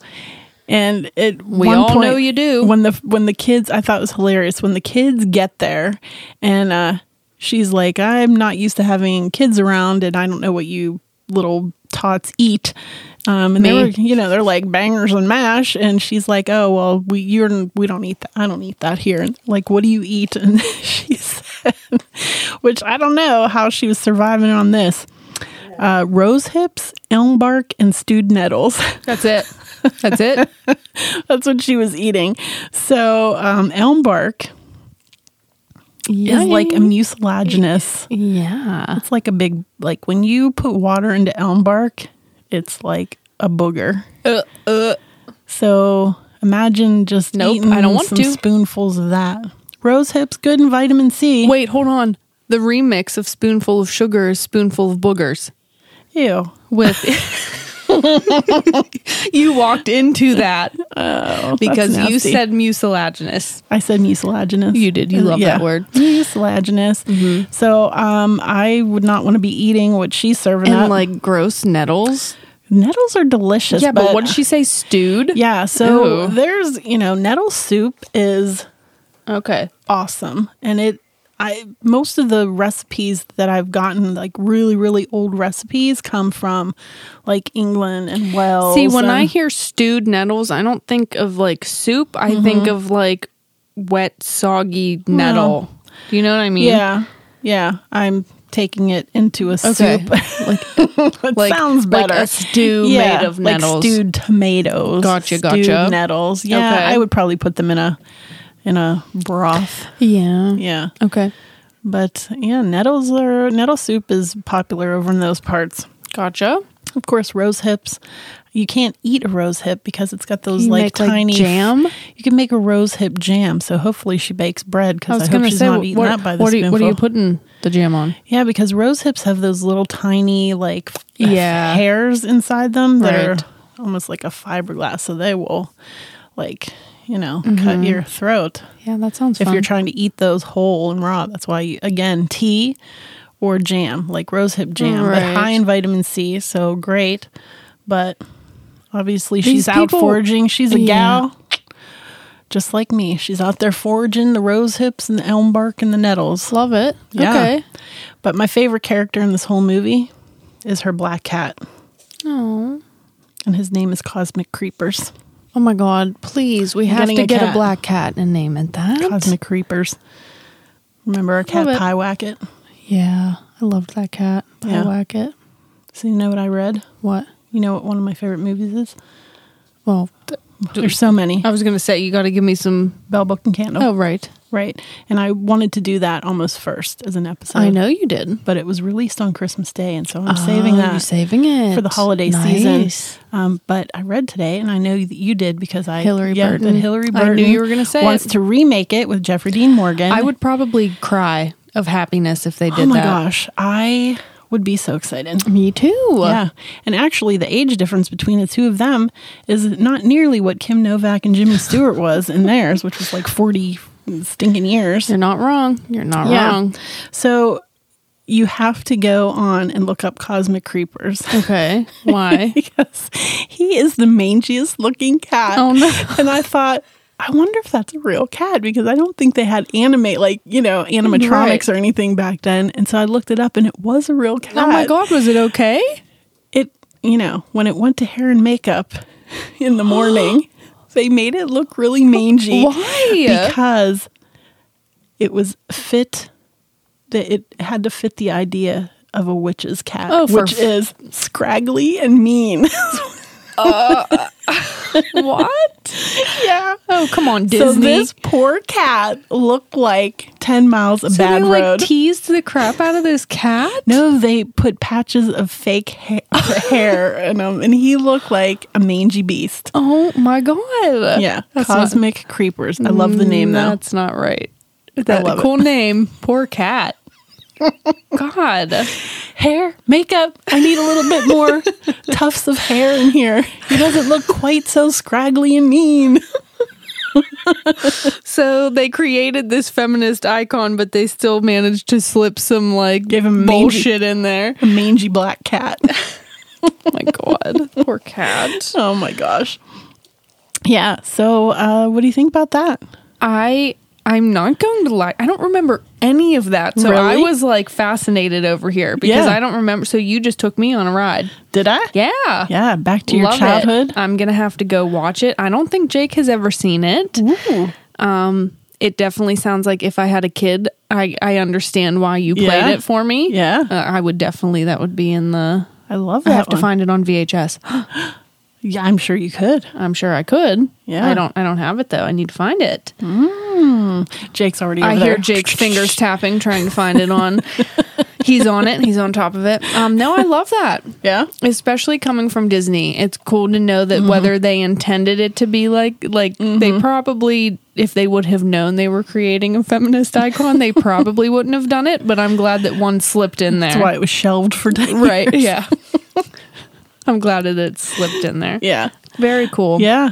Speaker 2: And it
Speaker 1: We
Speaker 2: one
Speaker 1: all
Speaker 2: point-
Speaker 1: know you do.
Speaker 2: When the when the kids I thought it was hilarious when the kids get there and uh she's like, I'm not used to having kids around and I don't know what you little tots eat. Um, and they
Speaker 1: Me.
Speaker 2: were, you know, they're like bangers and mash, and she's like, "Oh well, we you're we don't eat that. I don't eat that here." And like, what do you eat? And she said, which I don't know how she was surviving on this. Uh, rose hips, elm bark, and stewed nettles.
Speaker 1: That's it. That's it.
Speaker 2: That's what she was eating. So um, elm bark is like a mucilaginous.
Speaker 1: yeah.
Speaker 2: It's like a big like when you put water into elm bark, it's like a booger.
Speaker 1: Uh, uh,
Speaker 2: So imagine just
Speaker 1: Nope,
Speaker 2: eating
Speaker 1: I don't want
Speaker 2: some
Speaker 1: to.
Speaker 2: spoonfuls of that. Rose hips, good in vitamin C.
Speaker 1: wait, hold on. The remix of "Spoonful of Sugar" is "Spoonful of Boogers." Oh,
Speaker 2: Ew.
Speaker 1: with you walked into that because you
Speaker 2: nasty.
Speaker 1: said mucilaginous
Speaker 2: I said mucilaginous.
Speaker 1: You did. You love that word. Mm-hmm.
Speaker 2: Mucilaginous. So um, I would not want to be eating what she's serving
Speaker 1: and
Speaker 2: up.
Speaker 1: like gross nettles
Speaker 2: nettles are delicious.
Speaker 1: yeah but what did she say stewed
Speaker 2: uh, Yeah. So
Speaker 1: Ew.
Speaker 2: there's you know nettle soup is
Speaker 1: okay
Speaker 2: awesome and it i most of the recipes that i've gotten like really really old recipes come from like england and wales
Speaker 1: see when
Speaker 2: and-
Speaker 1: i hear stewed nettles i don't think of like soup i
Speaker 2: Mm-hmm.
Speaker 1: think of like wet soggy nettle do you know what i mean
Speaker 2: yeah yeah i'm taking it into a
Speaker 1: okay
Speaker 2: soup it
Speaker 1: like-
Speaker 2: sounds
Speaker 1: like
Speaker 2: better
Speaker 1: a stew made of nettles
Speaker 2: like stewed tomatoes
Speaker 1: Gotcha,
Speaker 2: stewed
Speaker 1: gotcha.
Speaker 2: nettles yeah
Speaker 1: Okay.
Speaker 2: i would probably put them in a in a broth
Speaker 1: yeah
Speaker 2: yeah
Speaker 1: okay
Speaker 2: but yeah nettles are nettle soup is popular over in those parts
Speaker 1: gotcha
Speaker 2: of course rose hips you can't eat a rose hip because it's got those
Speaker 1: You
Speaker 2: like
Speaker 1: make, like,
Speaker 2: tiny
Speaker 1: jam?
Speaker 2: you can make a rose hip jam so hopefully she bakes bread
Speaker 1: i
Speaker 2: because i,
Speaker 1: was
Speaker 2: hope
Speaker 1: gonna
Speaker 2: she's
Speaker 1: say
Speaker 2: not eating
Speaker 1: what,
Speaker 2: that by the
Speaker 1: what, are you, what are you
Speaker 2: spoonful.
Speaker 1: putting the jam on
Speaker 2: yeah because rose hips have those little tiny like f-
Speaker 1: Yeah.
Speaker 2: hairs inside them that
Speaker 1: Right.
Speaker 2: are almost like a fiberglass so they will like you know
Speaker 1: Mm-hmm.
Speaker 2: cut your throat
Speaker 1: yeah that sounds
Speaker 2: if
Speaker 1: fun.
Speaker 2: you're trying to eat those whole and raw. That's why, you, again, tea or jam, like rose hip jam, but
Speaker 1: Right.
Speaker 2: high in vitamin C, so great. But obviously,
Speaker 1: These
Speaker 2: she's out
Speaker 1: people-
Speaker 2: foraging. She's a
Speaker 1: Yeah.
Speaker 2: gal, just like me. She's out there foraging the rose hips and the elm bark and the nettles.
Speaker 1: Love it.
Speaker 2: Yeah.
Speaker 1: Okay.
Speaker 2: But my favorite character in this whole movie is her black cat,
Speaker 1: Oh.
Speaker 2: and his name is Cosmic Creepers.
Speaker 1: Oh my God! Please, we have
Speaker 2: getting
Speaker 1: to
Speaker 2: a
Speaker 1: get
Speaker 2: cat.
Speaker 1: a black cat and name it that.
Speaker 2: Cosmic Creepers. Remember our cat
Speaker 1: Love it.
Speaker 2: Piewacket?
Speaker 1: Yeah, I loved that cat.
Speaker 2: Yeah.
Speaker 1: I like it.
Speaker 2: So you know what I read?
Speaker 1: What?
Speaker 2: You know what one of my favorite movies is?
Speaker 1: Well, th-
Speaker 2: There's so many.
Speaker 1: I was gonna say you got to give me some.
Speaker 2: Bell, book, and candle.
Speaker 1: Oh right,
Speaker 2: Right. And I wanted to do that almost first as an episode.
Speaker 1: I know you did.
Speaker 2: But it was released on Christmas Day. And so I'm saving
Speaker 1: Oh,
Speaker 2: that
Speaker 1: You're saving it
Speaker 2: for the holiday
Speaker 1: Nice.
Speaker 2: season. Um, but I read today, and I know that you did because I.
Speaker 1: Hillary
Speaker 2: yeah, that
Speaker 1: Burton.
Speaker 2: Hillary
Speaker 1: I
Speaker 2: Burton.
Speaker 1: knew you were gonna say
Speaker 2: Wants
Speaker 1: it.
Speaker 2: to remake it with Jeffrey Dean Morgan.
Speaker 1: I would probably cry of happiness if they did
Speaker 2: Oh my
Speaker 1: that.
Speaker 2: gosh. I would be so excited.
Speaker 1: Me too.
Speaker 2: Yeah. And actually, the age difference between the two of them is not nearly what Kim Novak and Jimmy Stewart was in theirs, which was like 40 stinking years.
Speaker 1: You're not wrong. You're not
Speaker 2: Yeah.
Speaker 1: wrong.
Speaker 2: So you have to go on and look up Cosmic Creepers
Speaker 1: Okay. Why?
Speaker 2: because he is the mangiest looking cat.
Speaker 1: Oh, no.
Speaker 2: And I thought, I wonder if that's a real cat because I don't think they had animate like you know animatronics
Speaker 1: Right.
Speaker 2: or anything back then. And so I looked it up, and it was a real cat.
Speaker 1: oh my god, was it okay?
Speaker 2: It you know when it went to hair and makeup in the morning, they made it look really mangy.
Speaker 1: Why?
Speaker 2: Because it was fit that it had to fit the idea of a witch's cat,
Speaker 1: Oh, for
Speaker 2: which
Speaker 1: f-
Speaker 2: is scraggly and mean.
Speaker 1: what?
Speaker 2: yeah.
Speaker 1: Oh, come on,
Speaker 2: So
Speaker 1: Disney.
Speaker 2: this poor cat looked like ten miles a
Speaker 1: So
Speaker 2: bad
Speaker 1: they,
Speaker 2: road.
Speaker 1: like teased the crap out of this cat?
Speaker 2: no, they put patches of fake ha- hair in him, and he looked like a mangy beast.
Speaker 1: Oh my god.
Speaker 2: Yeah,
Speaker 1: That's not-
Speaker 2: cosmic creepers. I love the name though.
Speaker 1: That's not right.
Speaker 2: I
Speaker 1: That
Speaker 2: love
Speaker 1: cool name. Poor cat. God.
Speaker 2: Hair, makeup. I need a little bit more tufts of hair in here. He doesn't look quite so scraggly and mean.
Speaker 1: So they created this feminist icon, but they still managed to slip some like
Speaker 2: Give him mangy-
Speaker 1: bullshit in there.
Speaker 2: A mangy black cat.
Speaker 1: Oh my god. Poor cat.
Speaker 2: Oh my gosh. Yeah. So, uh, what do you think about that?
Speaker 1: I I'm not going to lie. I don't remember any of that. So I
Speaker 2: Really?
Speaker 1: was like fascinated over here because
Speaker 2: Yeah.
Speaker 1: I don't remember. So you just took me on a ride.
Speaker 2: Did I?
Speaker 1: Yeah.
Speaker 2: Yeah. Back to your
Speaker 1: Love it.
Speaker 2: childhood.
Speaker 1: I'm gonna have to go watch it. I don't think Jake has ever seen it.
Speaker 2: Ooh.
Speaker 1: Um, it definitely sounds like if I had a kid, I I understand why you played
Speaker 2: Yeah.
Speaker 1: it for me.
Speaker 2: Yeah.
Speaker 1: uh, I would definitely. That would be in the.
Speaker 2: I love
Speaker 1: I
Speaker 2: that.
Speaker 1: have to
Speaker 2: one.
Speaker 1: find it on VHS.
Speaker 2: Yeah, I'm sure you could.
Speaker 1: I'm sure I could.
Speaker 2: Yeah.
Speaker 1: I don't. I don't have it though. I need to find it.
Speaker 2: Jake's already. Over
Speaker 1: I hear
Speaker 2: there.
Speaker 1: Jake's fingers tapping, trying to find it on. he's on it. He's on top of it. Um, no, I love that.
Speaker 2: Yeah.
Speaker 1: Especially coming from Disney, it's cool to know that whether they intended it to be like like they probably if they would have known they were creating a feminist icon, they probably wouldn't have done it. But I'm glad that one slipped in there.
Speaker 2: That's why it was shelved for ten
Speaker 1: Right?
Speaker 2: years.
Speaker 1: Yeah. I'm glad that it slipped in there.
Speaker 2: Yeah.
Speaker 1: Very cool.
Speaker 2: Yeah.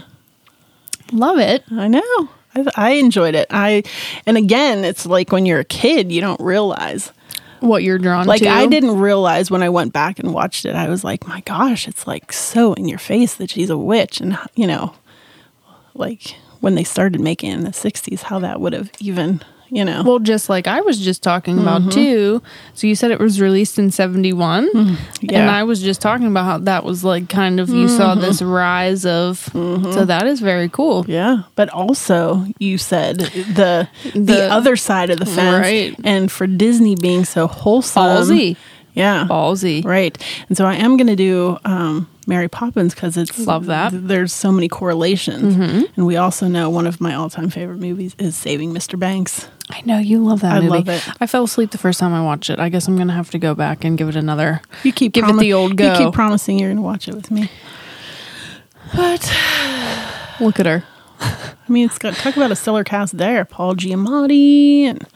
Speaker 1: Love it.
Speaker 2: I know. I, I enjoyed it. I, and again, it's like when you're a kid, you don't realize.
Speaker 1: What you're drawn
Speaker 2: Like
Speaker 1: to.
Speaker 2: I didn't realize when I went back and watched it. I was like, my gosh, it's like so in your face that she's a witch, and you know, like when they started making it in the '60s, how that would have even, you know,
Speaker 1: Well, just like I was just talking about too. So you said it was released in 71. And
Speaker 2: yeah. Mm-hmm.
Speaker 1: I was just talking about how that was like kind of you saw this rise of So that is very cool.
Speaker 2: Yeah, but also you said the the,
Speaker 1: The-
Speaker 2: other side of the fence,
Speaker 1: Right.
Speaker 2: and for Disney being so wholesome,
Speaker 1: Ballsy.
Speaker 2: yeah,
Speaker 1: Ballsy.
Speaker 2: Um, right. And so I am going to do um, Mary Poppins because it's
Speaker 1: Love that. Mm-hmm.
Speaker 2: th- there's so many correlations, and we also know one of my all time favorite movies is Saving Mr. Banks.
Speaker 1: I know you love that
Speaker 2: I
Speaker 1: movie.
Speaker 2: love it.
Speaker 1: I fell asleep the first time I watched it. I guess I'm going to have to go back and give it another.
Speaker 2: You keep
Speaker 1: Give it the old
Speaker 2: You
Speaker 1: go.
Speaker 2: keep promising you're going to watch it with me. But
Speaker 1: Look at her.
Speaker 2: I mean, it's got talk about a stellar cast there: Paul Giamatti, and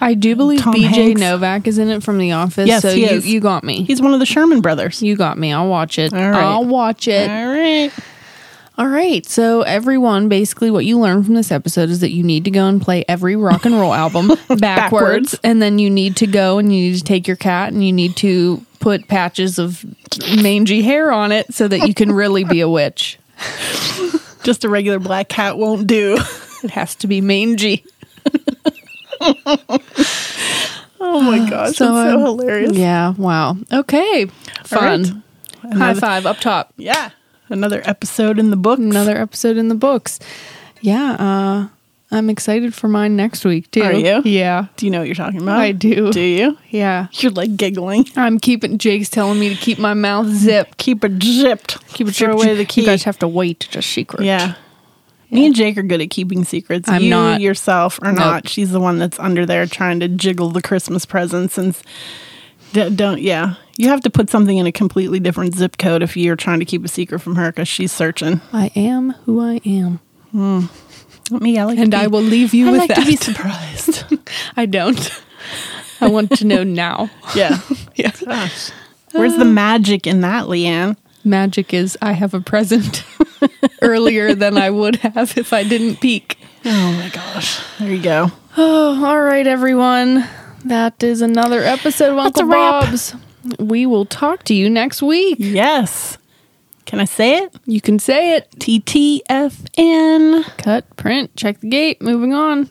Speaker 1: I do believe
Speaker 2: Tom
Speaker 1: BJ
Speaker 2: Hanks.
Speaker 1: Novak is in it from The Office.
Speaker 2: Yes,
Speaker 1: so
Speaker 2: he
Speaker 1: you
Speaker 2: is.
Speaker 1: you got me.
Speaker 2: he's one of the Sherman brothers.
Speaker 1: you got me. I'll watch it.
Speaker 2: All right.
Speaker 1: I'll watch it.
Speaker 2: All right.
Speaker 1: All right. So, everyone, basically, what you learned from this episode is that you need to go and play every rock and roll album backwards,
Speaker 2: Backwards.
Speaker 1: And then you need to go and you need to take your cat and you need to put patches of mangy hair on it so that you can really be a witch.
Speaker 2: Just a regular black cat won't do.
Speaker 1: It has to be mangy.
Speaker 2: Oh my gosh,
Speaker 1: So,
Speaker 2: that's so
Speaker 1: um,
Speaker 2: hilarious.
Speaker 1: Yeah. Wow. Okay. Fun.
Speaker 2: right.
Speaker 1: High
Speaker 2: Another-
Speaker 1: five up top.
Speaker 2: Yeah. Another episode in the book.
Speaker 1: Another episode in the books. Yeah. Uh, I'm excited for mine next week, too.
Speaker 2: Are you?
Speaker 1: Yeah.
Speaker 2: Do you know what you're talking about?
Speaker 1: I do.
Speaker 2: Do you?
Speaker 1: Yeah.
Speaker 2: You're like giggling.
Speaker 1: I'm keeping. Jake's telling me to keep my mouth zipped.
Speaker 2: Keep it zipped.
Speaker 1: Keep it
Speaker 2: Throw
Speaker 1: zipped.
Speaker 2: away the key.
Speaker 1: You guys have to wait. It's a secret.
Speaker 2: yeah. Me and Jake are good at keeping secrets.
Speaker 1: I'm
Speaker 2: you
Speaker 1: not.
Speaker 2: yourself are not. She's the one that's under there trying to jiggle the Christmas presents and s- d- don't. Yeah, you have to put something in a completely different zip code if you're trying to keep a secret from her because she's searching.
Speaker 1: I am who I am,
Speaker 2: Me, I like
Speaker 1: and
Speaker 2: to
Speaker 1: I
Speaker 2: be-
Speaker 1: will leave you
Speaker 2: I
Speaker 1: with
Speaker 2: like
Speaker 1: that.
Speaker 2: to be surprised.
Speaker 1: I don't. I want to know now.
Speaker 2: yeah,
Speaker 1: Yeah.
Speaker 2: Gosh. Where's the magic in that, Leanne?
Speaker 1: Magic is I have a present earlier than I would have if I didn't peek.
Speaker 2: Oh my gosh. There you go.
Speaker 1: Oh, all right, everyone. That is another episode of
Speaker 2: That's
Speaker 1: Uncle
Speaker 2: a wrap.
Speaker 1: Bob's. We will talk to you next week.
Speaker 2: Yes. Can I say it?
Speaker 1: You can say it.
Speaker 2: TTFN.
Speaker 1: Cut, print, check the gate. Moving on.